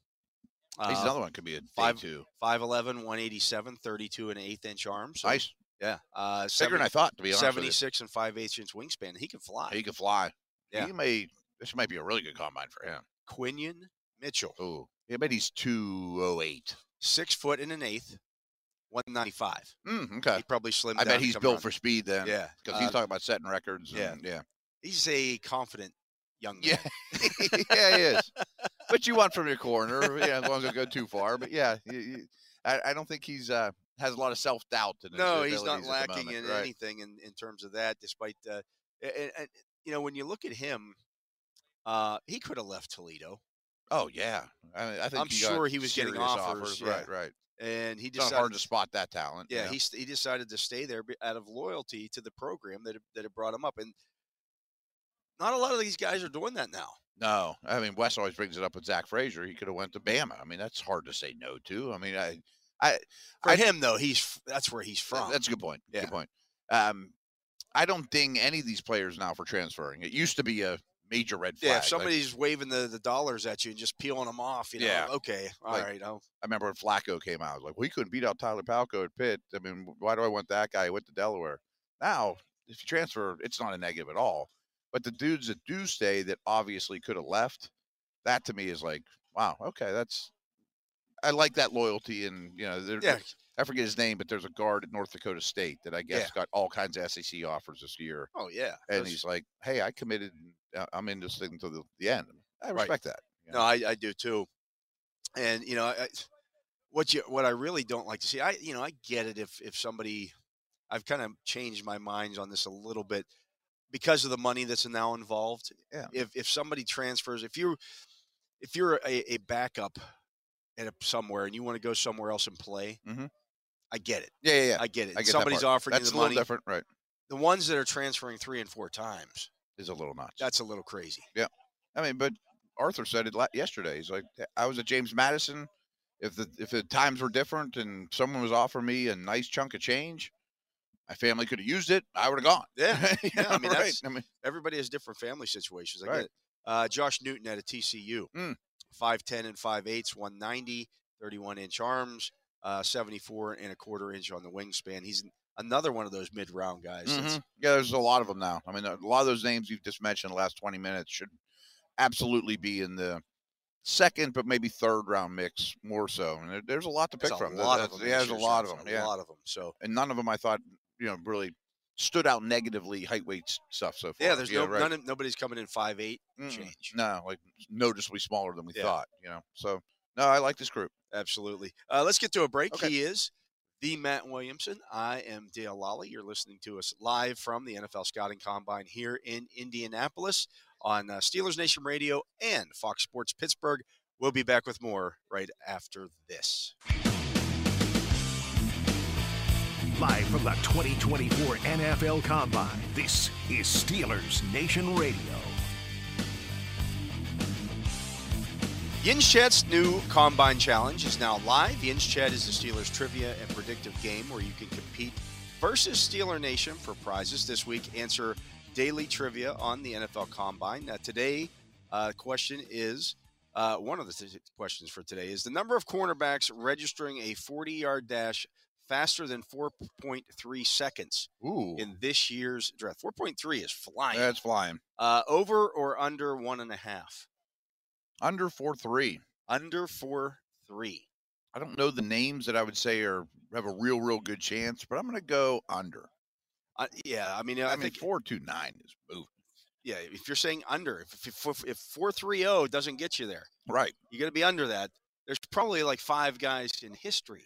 Speaker 2: he's
Speaker 1: Uh,
Speaker 2: another one could be a five
Speaker 1: five-
Speaker 2: two.
Speaker 1: 5'11", 187, 32 and an eighth inch arms.
Speaker 2: Nice,
Speaker 1: Yeah. Uh,
Speaker 2: bigger than I thought. To be honest, with you.
Speaker 1: 76 and 5 eighths inch wingspan. He can fly.
Speaker 2: he could fly.
Speaker 1: Yeah.
Speaker 2: He may. This might be a really good combine for him.
Speaker 1: Quinion Mitchell.
Speaker 2: Oh, I bet he's two oh eight.
Speaker 1: six foot and an eighth, one ninety five.
Speaker 2: Mm, okay.
Speaker 1: He probably slimmed.
Speaker 2: I
Speaker 1: down
Speaker 2: bet
Speaker 1: to
Speaker 2: he's
Speaker 1: come
Speaker 2: built
Speaker 1: around.
Speaker 2: for speed then.
Speaker 1: Yeah,
Speaker 2: Because
Speaker 1: uh,
Speaker 2: he's talking about setting records.
Speaker 1: yeah.
Speaker 2: and- yeah.
Speaker 1: he's a confident young man.
Speaker 2: Yeah. yeah, he is. But you want from your corner. Yeah, as long as it go too far. But yeah, you, you, I, I don't think he's uh, has a lot of self doubt.
Speaker 1: no, he's not lacking
Speaker 2: moment,
Speaker 1: in
Speaker 2: right?
Speaker 1: anything in, in terms of that. Despite, uh, and, and you know, when you look at him, uh, he could have left Toledo,
Speaker 2: Oh yeah, I, mean, I think
Speaker 1: I'm
Speaker 2: he got
Speaker 1: sure he was getting
Speaker 2: serious
Speaker 1: offers, yeah.
Speaker 2: Right, right.
Speaker 1: and he
Speaker 2: It's not hard
Speaker 1: decided.
Speaker 2: to spot that talent.
Speaker 1: Yeah,
Speaker 2: you know?
Speaker 1: he st- he decided to stay there be- out of loyalty to the program that had- that had brought him up, and not a lot of these guys are doing that now.
Speaker 2: No, I mean Wes always brings it up with Zach Frazier. He could have went to Bama. I mean that's hard to say no to. I mean I,
Speaker 1: For
Speaker 2: I-
Speaker 1: him though, he's f- that's where he's
Speaker 2: Th-
Speaker 1: from.
Speaker 2: That's a good point.
Speaker 1: Yeah.
Speaker 2: Good point. Um, I don't ding any of these players now for transferring. It used to be a major red flag.
Speaker 1: Yeah,
Speaker 2: like,
Speaker 1: if somebody's waving the, the dollars at you and just peeling them off, you know,
Speaker 2: Yeah.
Speaker 1: okay, all
Speaker 2: Like-
Speaker 1: right, I'll-
Speaker 2: I remember when Flacco came out, I was like, well, he couldn't beat out Tyler Palco at Pitt. I mean, wh- why do I want that guy? He went to Delaware. Now, if you transfer, it's not a negative at all. But the dudes that do stay that obviously could have left, that to me is like, wow, okay, that's. I like that loyalty, and you know, there-
Speaker 1: yeah,
Speaker 2: I forget his name, but there's a guard at North Dakota State that I guess
Speaker 1: Yeah.
Speaker 2: got all kinds of SEC offers this year.
Speaker 1: oh yeah.
Speaker 2: and
Speaker 1: those-
Speaker 2: he's like, "Hey, I committed. uh, I'm in this thing to the, the end." I
Speaker 1: Right.
Speaker 2: respect that. you
Speaker 1: no,
Speaker 2: know?
Speaker 1: I, I do too. And you know, I, I- what you what I really don't like to see, I you know, I get it if if somebody, I've kind of changed my minds on this a little bit because of the money that's now involved.
Speaker 2: Yeah.
Speaker 1: If if somebody transfers, if you if you're a, a backup at a, somewhere and you want to go somewhere else and play,
Speaker 2: Mhm.
Speaker 1: I get it.
Speaker 2: yeah, yeah, yeah.
Speaker 1: I get it.
Speaker 2: I
Speaker 1: And
Speaker 2: get that
Speaker 1: Somebody's
Speaker 2: part.
Speaker 1: offering
Speaker 2: That's
Speaker 1: you the
Speaker 2: a little
Speaker 1: money.
Speaker 2: different, right?
Speaker 1: the ones that are transferring three and four times
Speaker 2: Is a little nuts.
Speaker 1: that's a little crazy
Speaker 2: I mean, but Arthur said it la- yesterday. He's like, "Yeah, "I was at James Madison. If the if the times were different and someone was offering me a nice chunk of change, my family could have used it. I would have gone."
Speaker 1: yeah
Speaker 2: You
Speaker 1: yeah, I
Speaker 2: know,
Speaker 1: mean,
Speaker 2: right?
Speaker 1: that's-
Speaker 2: I mean,
Speaker 1: everybody has different family situations i
Speaker 2: Right.
Speaker 1: get it uh, josh newton at a tcu
Speaker 2: Mm.
Speaker 1: 510 and 5'8 190 31 inch arms uh, 74 and a quarter inch on the wingspan he's an- another one of those mid-round guys that's-
Speaker 2: mhm. yeah, there's a lot of them now. I mean, a lot of those names you've just mentioned in the last 20 minutes should absolutely be in the second, but maybe third round mix more so. And there- there's a lot to
Speaker 1: that's
Speaker 2: pick from.
Speaker 1: a
Speaker 2: There-
Speaker 1: lot of
Speaker 2: there's-
Speaker 1: them in
Speaker 2: Yeah,
Speaker 1: this
Speaker 2: there's a
Speaker 1: year's
Speaker 2: lot of
Speaker 1: draft,
Speaker 2: them. Yeah,
Speaker 1: a lot of them so
Speaker 2: and none of them I thought you know really stood out negatively height weight s- stuff so far.
Speaker 1: yeah there's no
Speaker 2: right.
Speaker 1: none of, nobody's coming in 5'8
Speaker 2: Mm-mm.
Speaker 1: change
Speaker 2: Mm. No, like noticeably smaller than we
Speaker 1: Yeah.
Speaker 2: thought. You know, so no, I like this group.
Speaker 1: absolutely uh, let's get to a break
Speaker 2: Okay.
Speaker 1: he is the Matt Williamson. I am Dale Lally. You're listening to us live from the NFL Scouting Combine here in Indianapolis on uh, Steelers Nation Radio and Fox Sports Pittsburgh. We'll be back with more right after this.
Speaker 3: Live from the 2024 NFL Combine, this is Steelers Nation Radio.
Speaker 1: Yinchat's new Combine Challenge is now live. Yinchat is the Steelers trivia and predictive game where you can compete versus Steeler Nation for prizes. This week, answer daily trivia on the NFL Combine. Now, today, uh, question is uh, one of the t- questions for today is the number of cornerbacks registering a 40 yard dash faster than 4.3 seconds
Speaker 2: Ooh,
Speaker 1: in this year's draft. 4.3 is flying.
Speaker 2: that's flying.
Speaker 1: uh, over or under one and a half?
Speaker 2: Under four three.
Speaker 1: Under four three.
Speaker 2: I don't know the names that I would say are have a real, real good chance, but I'm going to go under.
Speaker 1: Uh, yeah, I mean,
Speaker 2: I,
Speaker 1: I,
Speaker 2: mean,
Speaker 1: think
Speaker 2: four two nine is moving
Speaker 1: yeah. If you're saying under, if if- if, if four three zero doesn't get you there,
Speaker 2: right.
Speaker 1: you got to be under that. There's probably like five guys in history,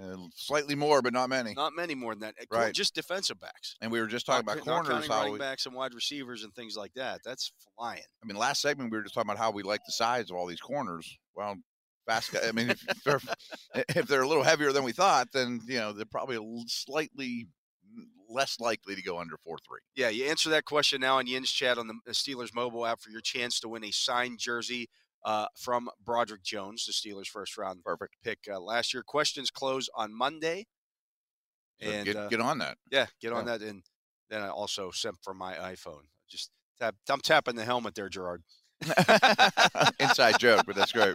Speaker 2: Uh, slightly more, but not many.
Speaker 1: not many more than that. Uh, cor-
Speaker 2: Right.
Speaker 1: Just defensive backs.
Speaker 2: and we were just talking
Speaker 1: Not
Speaker 2: about
Speaker 1: c- not
Speaker 2: corners.
Speaker 1: counting
Speaker 2: How
Speaker 1: running
Speaker 2: we, I
Speaker 1: backs and wide receivers and things like that. That's flying.
Speaker 2: mean, last segment we were just talking about how we like the size of all these corners. Well, fast. guy- I mean, if they're, if they're a little heavier than we thought, then you know they're probably a l- slightly mm, less likely to go under four three.
Speaker 1: Yeah, you answer that question now in Yin's chat on the the Steelers mobile app for your chance to win a signed jersey uh, from Broderick Jones, the Steelers' first round perfect pick uh, last year. Questions close on Monday.
Speaker 2: So
Speaker 1: and
Speaker 2: get,
Speaker 1: uh,
Speaker 2: get on that.
Speaker 1: yeah, get on that. And then I also sent from my iPhone. Just tap, I'm tapping the helmet there, Gerard.
Speaker 2: Inside joke, but that's great.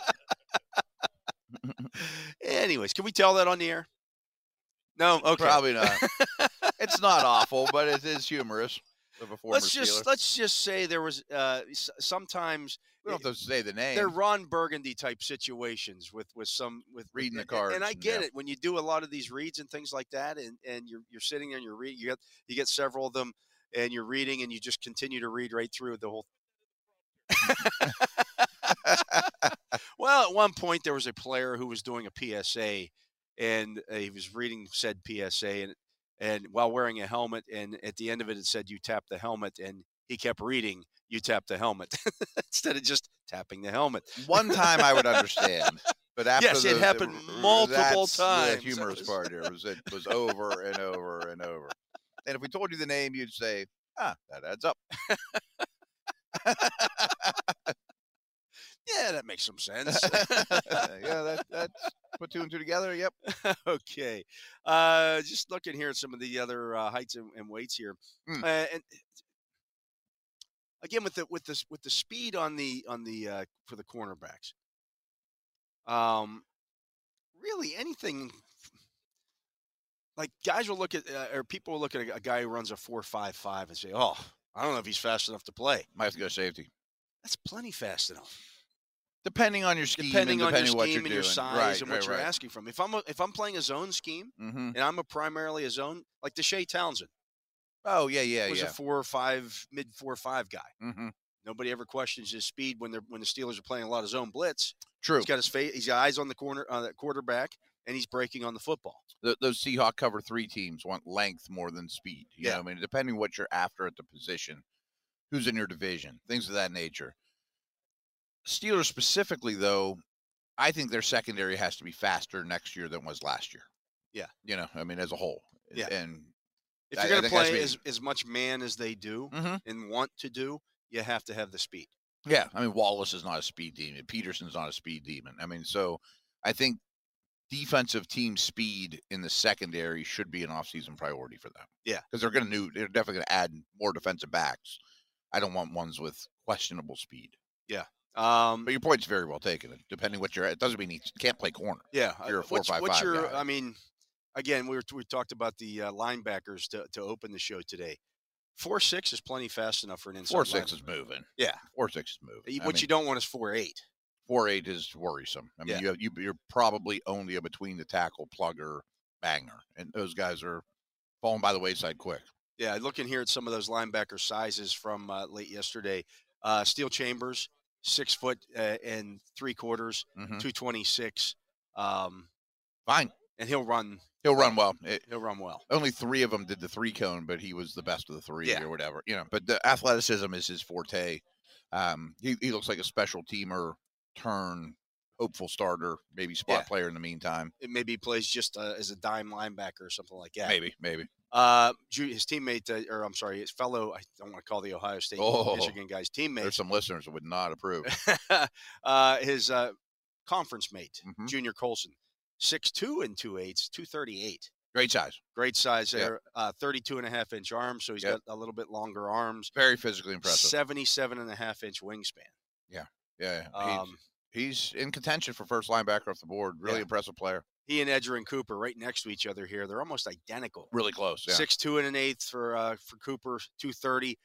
Speaker 1: Anyways, can we tell that on the air? No, okay.
Speaker 2: Probably not. it's not awful, but it is humorous. Of a former
Speaker 1: Let's just
Speaker 2: Steeler.
Speaker 1: let's just say there was uh, s- sometimes
Speaker 2: We don't have to say the name.
Speaker 1: they're Ron Burgundy type situations with with some with with-
Speaker 2: Reading the
Speaker 1: a- a-
Speaker 2: cards
Speaker 1: And I
Speaker 2: and-
Speaker 1: get
Speaker 2: yeah.
Speaker 1: it when you do a lot of these reads and things like that, and and you're you're sitting there and you're reading. You get you get several of them, and you're reading, and you just continue to read right through the whole. well, at one point there was a player who was doing a PSA, and uh, he was reading said PSA, and and while wearing a helmet, and at the end of it it said you tap the helmet, and he kept reading you tap the helmet instead of just tapping the helmet.
Speaker 2: One time I would understand, but after
Speaker 1: Yes, it
Speaker 2: the- the-
Speaker 1: happened
Speaker 2: r- r-
Speaker 1: multiple
Speaker 2: that's
Speaker 1: times.
Speaker 2: The humorous
Speaker 1: That was-
Speaker 2: part here was it was over and over and over. And if we told you the name, you'd say, "Ah, that adds up."
Speaker 1: Yeah, that makes some sense.
Speaker 2: Uh, yeah, that, that's put two and two together. Yep.
Speaker 1: okay. Uh, just looking here at some of the other uh, heights and, and weights here,
Speaker 2: Mm.
Speaker 1: uh, and again with the with this with the speed on the on the uh, for the cornerbacks. Um, really anything like guys will look at uh, or people will look at a, a guy who runs a four five five and say, "Oh, I don't know if he's fast enough to play."
Speaker 2: Might have to go safety,
Speaker 1: That's plenty fast enough.
Speaker 2: depending on your scheme,
Speaker 1: depending
Speaker 2: and
Speaker 1: on your
Speaker 2: depending
Speaker 1: scheme
Speaker 2: what
Speaker 1: and
Speaker 2: you're
Speaker 1: your
Speaker 2: doing.
Speaker 1: size
Speaker 2: right,
Speaker 1: and
Speaker 2: right,
Speaker 1: what you're
Speaker 2: right.
Speaker 1: asking from. If I'm a, if I'm playing a zone scheme
Speaker 2: Mm-hmm.
Speaker 1: and I'm a primarily a zone like Deshae Townsend
Speaker 2: Oh yeah, yeah,
Speaker 1: was
Speaker 2: yeah.
Speaker 1: a four or five mid four or five guy.
Speaker 2: mm-hmm.
Speaker 1: Nobody ever questions his speed when they're when the Steelers are playing a lot of zone blitz.
Speaker 2: True.
Speaker 1: He's got his face, he's got eyes on the corner on the quarterback, and he's breaking on the football.
Speaker 2: Th those Seahawk cover three teams want length more than speed. You
Speaker 1: Yeah.
Speaker 2: know, what I mean, depending what you're after at the position, who's in your division, things of that nature. Steelers specifically, though, I think their secondary has to be faster next year than was last year.
Speaker 1: Yeah.
Speaker 2: you know, I mean, as a whole.
Speaker 1: Yeah.
Speaker 2: and
Speaker 1: If
Speaker 2: I- I
Speaker 1: you're going to
Speaker 2: think that's
Speaker 1: play
Speaker 2: me.
Speaker 1: as, as much man as they do
Speaker 2: Mhm.
Speaker 1: and want to do, you have to have the speed.
Speaker 2: yeah, I mean, Wallace is not a speed demon. Peterson's not a speed demon. I mean, so I think defensive team speed in the secondary should be an offseason priority for them.
Speaker 1: Yeah.
Speaker 2: Because they're going to new, they're definitely going to add more defensive backs. I don't want ones with questionable speed.
Speaker 1: Um,
Speaker 2: But your point's very well taken. Depending what you're at, it doesn't mean he can't play corner.
Speaker 1: yeah, uh,
Speaker 2: you're a
Speaker 1: what's, what's
Speaker 2: 4-5-5
Speaker 1: your?
Speaker 2: guy.
Speaker 1: I mean, again, we were, we talked about the uh, linebackers to, to open the show today. Four six is plenty fast enough for an inside.
Speaker 2: Four six
Speaker 1: lineman.
Speaker 2: is moving.
Speaker 1: Yeah.
Speaker 2: Four six is moving.
Speaker 1: What you don't want is four eight.
Speaker 2: four eight is worrisome. I mean,
Speaker 1: Yeah.
Speaker 2: you have, you you're probably only a between the tackle plugger banger, and those guys are falling by the wayside quick.
Speaker 1: Yeah, looking here at some of those linebacker sizes from uh, late yesterday. Uh, Steel Chambers, six foot uh, and three quarters,
Speaker 2: Mhm.
Speaker 1: two twenty six. Um,
Speaker 2: Fine.
Speaker 1: and he'll run.
Speaker 2: He'll run well. It-
Speaker 1: He'll run well.
Speaker 2: only three of them did the three cone, but he was the best of the three
Speaker 1: Yeah.
Speaker 2: or whatever. You know, but the athleticism is his forte. Um, he, he looks like a special teamer, turn hopeful starter, maybe spot
Speaker 1: Yeah.
Speaker 2: player in the meantime.
Speaker 1: It maybe plays just uh, as a dime linebacker or something like that.
Speaker 2: Maybe, maybe.
Speaker 1: Uh, Ju- his teammate, uh, or I'm sorry, his fellow. I don't want to call the Ohio State
Speaker 2: Oh.
Speaker 1: Michigan guy's teammate.
Speaker 2: There's some listeners that would not approve.
Speaker 1: uh, his uh, conference mate,
Speaker 2: Mhm.
Speaker 1: Junior Colson, six two and two eights, two thirty eight.
Speaker 2: Great size,
Speaker 1: Great size
Speaker 2: Yeah.
Speaker 1: there, uh, 32 and a half inch arms. So he's
Speaker 2: Yeah.
Speaker 1: got a little bit longer arms,
Speaker 2: very physically impressive.
Speaker 1: 77 and a half inch wingspan.
Speaker 2: Yeah, yeah.
Speaker 1: Um,
Speaker 2: he's, he's in contention for first linebacker off the board. Really
Speaker 1: Yeah.
Speaker 2: impressive player.
Speaker 1: he and Edger and Cooper right next to each other here. They're almost identical.
Speaker 2: Really close. Yeah.
Speaker 1: Six two and an eighth for uh, for Cooper, 230,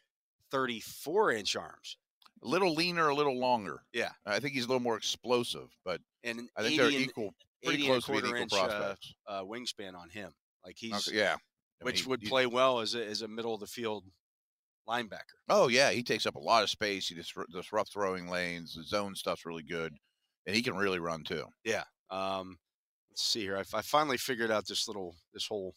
Speaker 1: 34 inch arms,
Speaker 2: A little leaner, a little longer.
Speaker 1: Yeah.
Speaker 2: I think he's a little more explosive, but
Speaker 1: and an
Speaker 2: I think
Speaker 1: 80
Speaker 2: they're
Speaker 1: and,
Speaker 2: equal, pretty
Speaker 1: 80
Speaker 2: close to
Speaker 1: and a
Speaker 2: being
Speaker 1: quarter
Speaker 2: equal
Speaker 1: inch uh,
Speaker 2: prospects.
Speaker 1: uh, wingspan on him. Like he's,
Speaker 2: Okay, yeah. I mean,
Speaker 1: which
Speaker 2: he-
Speaker 1: would
Speaker 2: he's-
Speaker 1: play well as a, as a middle of the field linebacker.
Speaker 2: Oh yeah, he takes up a lot of space. He disru- disrupts throwing lanes. The zone stuff's really good, and he can really run too.
Speaker 1: Um, let's see here. I, f- I finally figured out this little this whole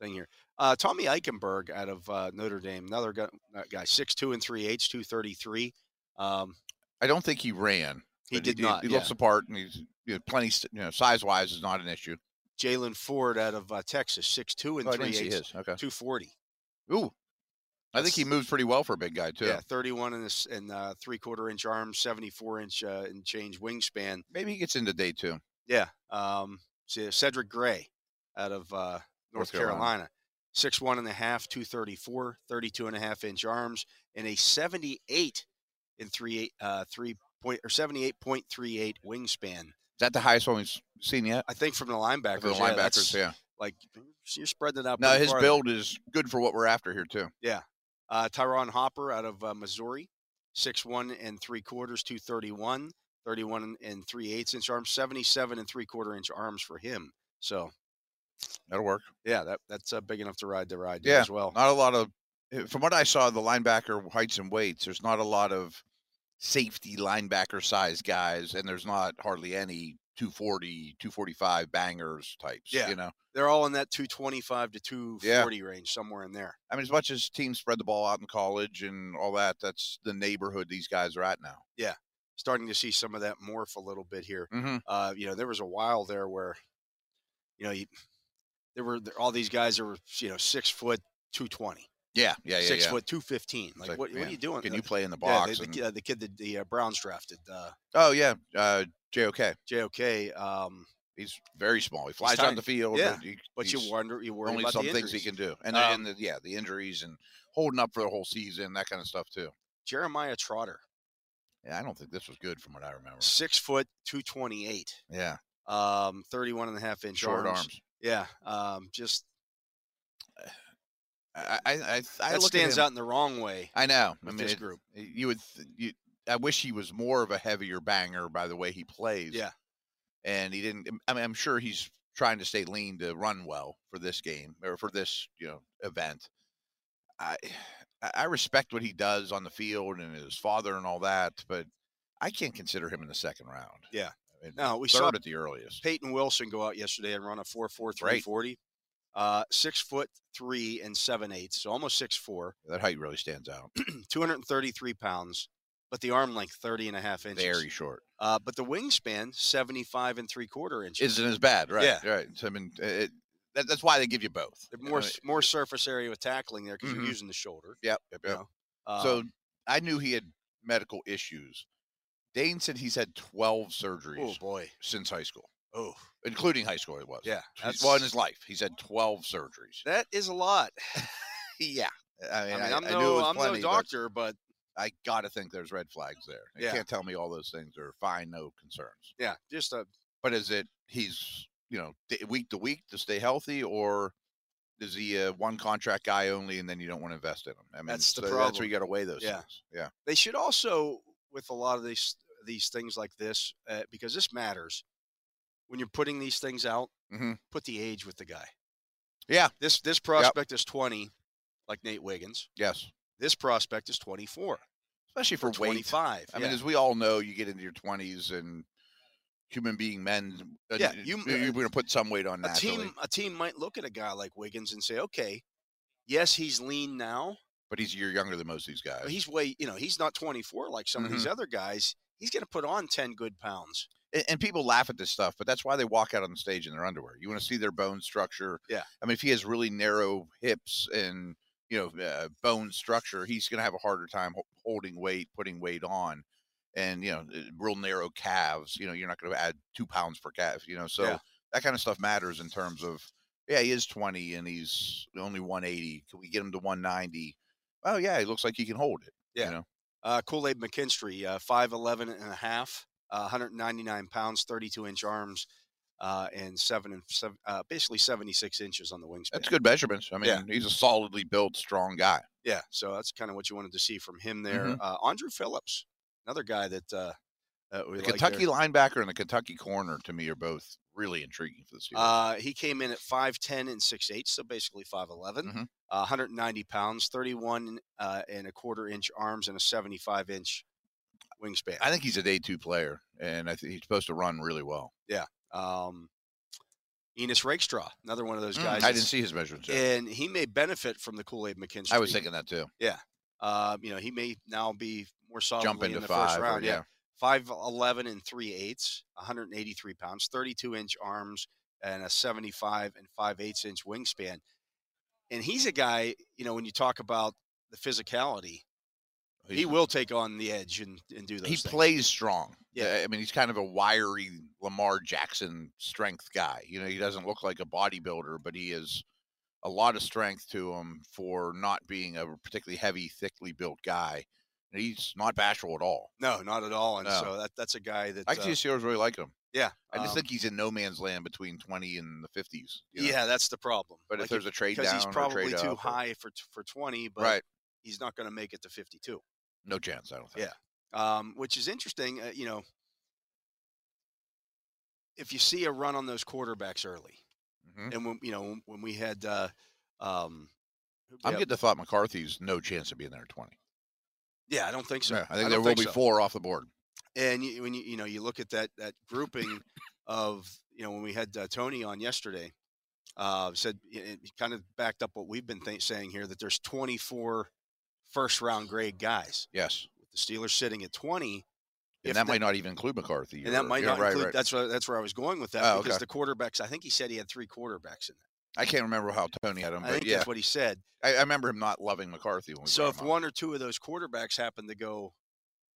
Speaker 1: thing here. Uh, Tommy Eichenberg out of uh, Notre Dame, another guy, uh, guy six two and three eighths, two thirty three. Um,
Speaker 2: I don't think he ran.
Speaker 1: he
Speaker 2: but
Speaker 1: did not.
Speaker 2: He,
Speaker 1: yeah.
Speaker 2: looks the part, and he's you know, plenty. st- You know, size wise is not an issue.
Speaker 1: Jalen Ford out of uh, Texas, six two and
Speaker 2: Oh, I
Speaker 1: three
Speaker 2: didn't see
Speaker 1: eighths,
Speaker 2: his. Okay.
Speaker 1: two forty.
Speaker 2: Ooh, I think he
Speaker 1: That's-
Speaker 2: moves pretty well for a big guy too.
Speaker 1: Yeah, thirty one and, a s- and uh, three quarter inch arms, seventy four inch uh, and change wingspan.
Speaker 2: Maybe he gets into day two.
Speaker 1: Yeah. Um, see, Cedric Gray out of uh, North
Speaker 2: North
Speaker 1: Carolina.
Speaker 2: Carolina.
Speaker 1: Six one and a half, 234, 32 and a half inch arms, and a 78 and three eight, uh, three point or 78.38 wingspan.
Speaker 2: Is that the highest one we've s- seen yet?
Speaker 1: I think from the
Speaker 2: For
Speaker 1: linebackers.
Speaker 2: the
Speaker 1: yeah,
Speaker 2: linebackers,
Speaker 1: that's,
Speaker 2: yeah.
Speaker 1: Like you're spreading it out.
Speaker 2: Now
Speaker 1: pretty
Speaker 2: his
Speaker 1: far there.
Speaker 2: build is good for what we're after here too.
Speaker 1: Uh, Tyron Hopper out of uh, Missouri, six one and three quarters, 231, 31 and three eighths inch arms, 77 and three quarter inch arms for him. So
Speaker 2: That'll work.
Speaker 1: Yeah, that that's uh, big enough to ride the ride
Speaker 2: Yeah,
Speaker 1: yeah, as well.
Speaker 2: Not a lot of, eh, from what I saw, the linebacker heights and weights. There's not a lot of safety linebacker size guys, and there's not hardly any 240, 245 bangers types.
Speaker 1: Yeah.
Speaker 2: you know.
Speaker 1: They're all in that 225 to 240 range, somewhere in there.
Speaker 2: I mean, as much as teams spread the ball out in college and all that, that's the neighborhood these guys are at now.
Speaker 1: Starting to see some of that morph a little bit here.
Speaker 2: Mm-hmm.
Speaker 1: Uh, you know, there was a while there where, you know, you, there were there, all these guys that were you know six foot 220,
Speaker 2: Yeah, yeah, yeah.
Speaker 1: six
Speaker 2: yeah.
Speaker 1: foot 215. Like,
Speaker 2: like,
Speaker 1: what, what
Speaker 2: man,
Speaker 1: are you doing?
Speaker 2: Can
Speaker 1: Uh,
Speaker 2: you play in the
Speaker 1: yeah,
Speaker 2: box?
Speaker 1: the,
Speaker 2: and-
Speaker 1: the, uh, the kid that the uh, Browns drafted, uh,
Speaker 2: oh yeah, uh, JOK.
Speaker 1: JOK. Um,
Speaker 2: He's very small. He flies
Speaker 1: tiny.
Speaker 2: on the field.
Speaker 1: Yeah,
Speaker 2: he-
Speaker 1: but
Speaker 2: he's-
Speaker 1: you wonder, you worry
Speaker 2: only
Speaker 1: about
Speaker 2: some
Speaker 1: the
Speaker 2: things he
Speaker 1: injuries.
Speaker 2: can do, and,
Speaker 1: Um,
Speaker 2: and the, yeah, the injuries and holding up for the whole season, that kind of stuff too.
Speaker 1: Jeremiah Trotter,
Speaker 2: Yeah, I don't think this was good from what I remember.
Speaker 1: six foot 228,
Speaker 2: Yeah,
Speaker 1: um, 31 and a half inch
Speaker 2: short
Speaker 1: arms.
Speaker 2: arms.
Speaker 1: Yeah, um, just
Speaker 2: I, I, I, I
Speaker 1: that
Speaker 2: look at
Speaker 1: stands
Speaker 2: him-
Speaker 1: out in the wrong way.
Speaker 2: I know. I
Speaker 1: with
Speaker 2: mean,
Speaker 1: this
Speaker 2: it-
Speaker 1: group.
Speaker 2: it- you would. th- You, I wish he was more of a heavier banger by the way he plays.
Speaker 1: Yeah.
Speaker 2: and he didn't. I mean, I'm sure he's trying to stay lean to run well for this game or for this you know event. I I- I respect what he does on the field and his father and all that, but I can't consider him in the second round.
Speaker 1: Yeah.
Speaker 2: I mean,
Speaker 1: No, we
Speaker 2: third
Speaker 1: saw-
Speaker 2: at the earliest.
Speaker 1: Peyton Wilson go out yesterday and run a four four three
Speaker 2: Right.
Speaker 1: forty, uh, six foot three and seven eighths, so almost six four,
Speaker 2: That height really stands out.
Speaker 1: two hundred and thirty three pounds, but the arm length 30 and a half inches.
Speaker 2: Very short.
Speaker 1: Uh, but the wingspan seventy five and three quarter inches.
Speaker 2: Isn't as bad, right?
Speaker 1: Yeah.
Speaker 2: right. So I mean, uh, it, that, that's why they give you both.
Speaker 1: They're
Speaker 2: I
Speaker 1: more
Speaker 2: mean,
Speaker 1: s- more surface area with tackling there because
Speaker 2: Mhm.
Speaker 1: you're using the shoulder.
Speaker 2: Uh, Yep. yep,
Speaker 1: you
Speaker 2: yep.
Speaker 1: know. Um,
Speaker 2: so I knew he had medical issues. Dane said he's had 12
Speaker 1: oh
Speaker 2: surgeries
Speaker 1: boy,
Speaker 2: since high school,
Speaker 1: oh
Speaker 2: including high school. It was.
Speaker 1: yeah,
Speaker 2: He's- well, in his life, he's had 12 surgeries.
Speaker 1: that is a lot.
Speaker 2: yeah. I
Speaker 1: I
Speaker 2: mean,
Speaker 1: mean,
Speaker 2: I,
Speaker 1: I, am
Speaker 2: I knew it
Speaker 1: no
Speaker 2: was
Speaker 1: I'm
Speaker 2: plenty,
Speaker 1: no
Speaker 2: but
Speaker 1: doctor, but
Speaker 2: I got to think there's red flags there. You
Speaker 1: Yeah.
Speaker 2: can't tell me all those things are fine, no concerns.
Speaker 1: yeah, just uh, a
Speaker 2: But is it he's, you know, d- week to week to stay healthy or is he a one contract guy only and then you don't want to invest in him? I mean,
Speaker 1: That's the
Speaker 2: so That's where
Speaker 1: problem.
Speaker 2: you got to weigh those
Speaker 1: Yeah.
Speaker 2: things. Yeah.
Speaker 1: they should also with a lot of these these things like this uh, because this matters when you're putting these things out
Speaker 2: Mhm.
Speaker 1: put the age with the guy
Speaker 2: Yeah.
Speaker 1: this this prospect is 20 like nate wiggins
Speaker 2: Yes.
Speaker 1: this prospect is 24
Speaker 2: Especially for
Speaker 1: or
Speaker 2: weight.
Speaker 1: 25
Speaker 2: I
Speaker 1: yeah.
Speaker 2: mean, as we all know, you get into your 20s and human being men. uh,
Speaker 1: Yeah,
Speaker 2: y-
Speaker 1: you-
Speaker 2: y- you're going to put some weight on
Speaker 1: A
Speaker 2: naturally.
Speaker 1: team, a team might look at a guy like Wiggins and say, okay, yes, he's lean now,
Speaker 2: but he's a year younger than most of these guys.
Speaker 1: but he's way, you know, he's not 24 like some of these
Speaker 2: mm-hmm.
Speaker 1: other guys. He's going to put on 10 good pounds.
Speaker 2: and, and people laugh at this stuff, but that's why they walk out on the stage in their underwear. You want to see their bone structure.
Speaker 1: Yeah.
Speaker 2: I mean, if he has really narrow hips and you know uh, bone structure, he's going to have a harder time ho- holding weight, putting weight on, and you know, uh, real narrow calves. You know, you're not going to add two pounds per calf. You know, so
Speaker 1: Yeah.
Speaker 2: that kind of stuff matters in terms of yeah, he is 20 and he's only 180. Can we get him to 190? Oh yeah, he looks like he can hold it.
Speaker 1: Yeah.
Speaker 2: You know,
Speaker 1: Uh, Kool-Aid McKinstry, uh, 5'11 and a half, uh, 199 pounds, 32 inch arms, uh, and seven and seven, uh, basically 76 inches on the wingspan.
Speaker 2: that's good measurements. I mean,
Speaker 1: Yeah.
Speaker 2: he's a solidly built, strong guy.
Speaker 1: Yeah, so that's kind of what you wanted to see from him there.
Speaker 2: Mhm.
Speaker 1: Uh, Andrew Phillips, another guy that uh, uh, we like
Speaker 2: The Kentucky
Speaker 1: there.
Speaker 2: linebacker and the Kentucky corner to me are both really intriguing for this year.
Speaker 1: Uh, he came in at 5'10 and 6'8, so basically 5'11,
Speaker 2: Mhm.
Speaker 1: uh, 190 pounds, 31 uh, and a quarter inch arms, and a 75 inch wingspan.
Speaker 2: I think he's a day two player, and I think he's supposed to run really well.
Speaker 1: Um, Enos Rakestraw, another one of those
Speaker 2: Mm,
Speaker 1: guys.
Speaker 2: I
Speaker 1: that's-
Speaker 2: didn't see his measurements. yet.
Speaker 1: and he may benefit from the Kool Aid McKinstry.
Speaker 2: I was thinking that too.
Speaker 1: uh, you know, he may now be more solidly
Speaker 2: Jump into
Speaker 1: in the
Speaker 2: five.
Speaker 1: first
Speaker 2: or-
Speaker 1: round.
Speaker 2: yeah.
Speaker 1: five eleven and three eighths, 183 pounds, 32 inch arms, and a 75 and five eighths inch wingspan. And he's a guy, you know, when you talk about the physicality, he
Speaker 2: He's-
Speaker 1: will take on the edge and, and do those.
Speaker 2: He
Speaker 1: things.
Speaker 2: plays strong.
Speaker 1: Yeah.
Speaker 2: I mean, he's kind of a wiry Lamar Jackson strength guy. You know, he doesn't look like a bodybuilder, but he is a lot of strength to him for not being a particularly heavy, thickly built guy. And he's not bashful at all.
Speaker 1: No, not at all. And
Speaker 2: No.
Speaker 1: so that that's a guy that.
Speaker 2: I can
Speaker 1: uh,
Speaker 2: see Steelers really like him.
Speaker 1: yeah,
Speaker 2: I just
Speaker 1: um,
Speaker 2: think he's in no man's land between 20 and the 50s. you know?
Speaker 1: Yeah, that's the problem.
Speaker 2: But
Speaker 1: Like,
Speaker 2: if there's a trade
Speaker 1: because
Speaker 2: down,
Speaker 1: he's
Speaker 2: or a
Speaker 1: probably
Speaker 2: trade
Speaker 1: too
Speaker 2: up or-
Speaker 1: high for t- for 20, but
Speaker 2: right?
Speaker 1: he's not going to make it to 52.
Speaker 2: No chance. I don't think.
Speaker 1: Yeah. um, which is interesting. Uh, you know, if you see a run on those quarterbacks early,
Speaker 2: Mhm.
Speaker 1: and when you know when- when we had, uh, um, who we
Speaker 2: I'm
Speaker 1: have-
Speaker 2: getting the thought McCarthy's no chance of being there at 20.
Speaker 1: yeah, I don't think so.
Speaker 2: Yeah, I think there
Speaker 1: don't
Speaker 2: will be
Speaker 1: so.
Speaker 2: four off the board.
Speaker 1: And you, when you you know you look at that that grouping of you know when we had uh, Tony on yesterday, uh, said it, it kind of backed up what we've been th- saying here that there's 24 first round grade guys.
Speaker 2: Yes.
Speaker 1: The Steelers sitting at 20.
Speaker 2: And
Speaker 1: If
Speaker 2: that
Speaker 1: the-
Speaker 2: might not even include McCarthy.
Speaker 1: And that
Speaker 2: or-
Speaker 1: might
Speaker 2: yeah,
Speaker 1: not
Speaker 2: right,
Speaker 1: include.
Speaker 2: right.
Speaker 1: That's where that's where I was going with that
Speaker 2: Oh,
Speaker 1: because
Speaker 2: okay.
Speaker 1: the quarterbacks. I think he said he had three quarterbacks in that.
Speaker 2: I can't remember how Tony had him,
Speaker 1: I
Speaker 2: but
Speaker 1: think
Speaker 2: yeah,
Speaker 1: that's what he said.
Speaker 2: I, I remember him not loving McCarthy. When we
Speaker 1: So
Speaker 2: brought
Speaker 1: if
Speaker 2: him up.
Speaker 1: one or two of those quarterbacks happen to go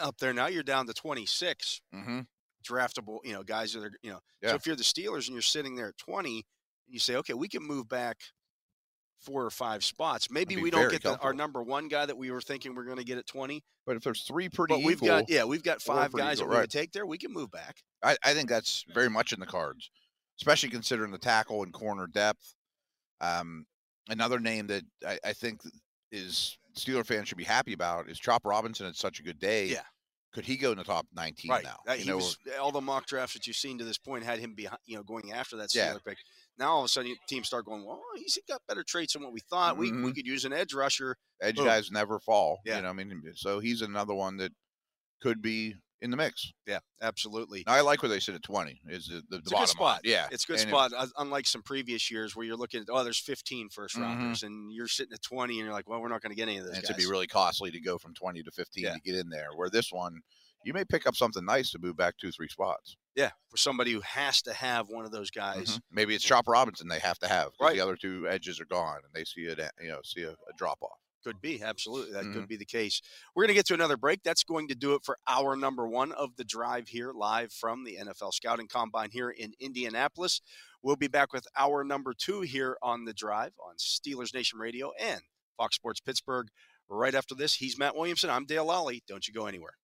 Speaker 1: up there, now you're down to 26
Speaker 2: Mhm.
Speaker 1: draftable. You know, guys that are you know.
Speaker 2: Yeah.
Speaker 1: So if you're the Steelers and you're sitting there at 20, and you say, okay, we can move back four or five spots. Maybe
Speaker 2: be
Speaker 1: we don't
Speaker 2: very
Speaker 1: get the, our
Speaker 2: comfortable.
Speaker 1: number one guy that we were thinking we're going to get at 20,
Speaker 2: but if there's three pretty
Speaker 1: but we've
Speaker 2: equal,
Speaker 1: got yeah, we've got
Speaker 2: or
Speaker 1: five
Speaker 2: pretty
Speaker 1: guys
Speaker 2: equal,
Speaker 1: that we
Speaker 2: right.
Speaker 1: would take there. We can move back.
Speaker 2: I, I think that's very much in the cards, especially considering the tackle and corner depth. Um, another name that I, I think th- is Steeler fans should be happy about is Chop Robinson. It's such a good day.
Speaker 1: Yeah.
Speaker 2: Could he go in the top 19 now?
Speaker 1: That-
Speaker 2: You
Speaker 1: he
Speaker 2: know,
Speaker 1: was, all the mock drafts that you've seen to this point had him behind, you know, going after that Steeler
Speaker 2: Yeah.
Speaker 1: pick. Now all of a sudden, you- teams start going, "Well, he's got better traits than what we thought. We we
Speaker 2: Mhm.
Speaker 1: could use an edge rusher."
Speaker 2: edge
Speaker 1: boom.
Speaker 2: guys never fall.
Speaker 1: Yeah.
Speaker 2: You know, what I mean, so he's another one that could be in the mix.
Speaker 1: Yeah, absolutely.
Speaker 2: Now, I like where they sit at 20 is the, the,
Speaker 1: It's a
Speaker 2: the
Speaker 1: good
Speaker 2: bottom line.
Speaker 1: spot.
Speaker 2: Yeah.
Speaker 1: It's a good
Speaker 2: and if-
Speaker 1: spot, un- unlike some previous years where you're looking at, oh, there's 15 first
Speaker 2: Mhm.
Speaker 1: rounders, and you're sitting at 20, and you're like, well, we're not going to get any of those
Speaker 2: and
Speaker 1: guys.
Speaker 2: it'd be really costly to go from 20 to 15
Speaker 1: Yeah.
Speaker 2: to get in there. Where this one, you may pick up something nice to move back two, three spots.
Speaker 1: yeah, for somebody who has to have one of those guys.
Speaker 2: Mhm. Maybe it's Chop Robinson they have to have. 'cause
Speaker 1: Right.
Speaker 2: The other two edges are gone, and they see it. You know, see a, a drop off.
Speaker 1: Could be, absolutely. That could be the case. We're going to get to another break. That's going to do it for hour number one of the drive here, live from the NFL Scouting Combine here in Indianapolis. We'll be back with hour number two here on the drive on Steelers Nation Radio and Fox Sports Pittsburgh. Right after this, he's Matt Williamson. I'm Dale Lally. Don't you go anywhere.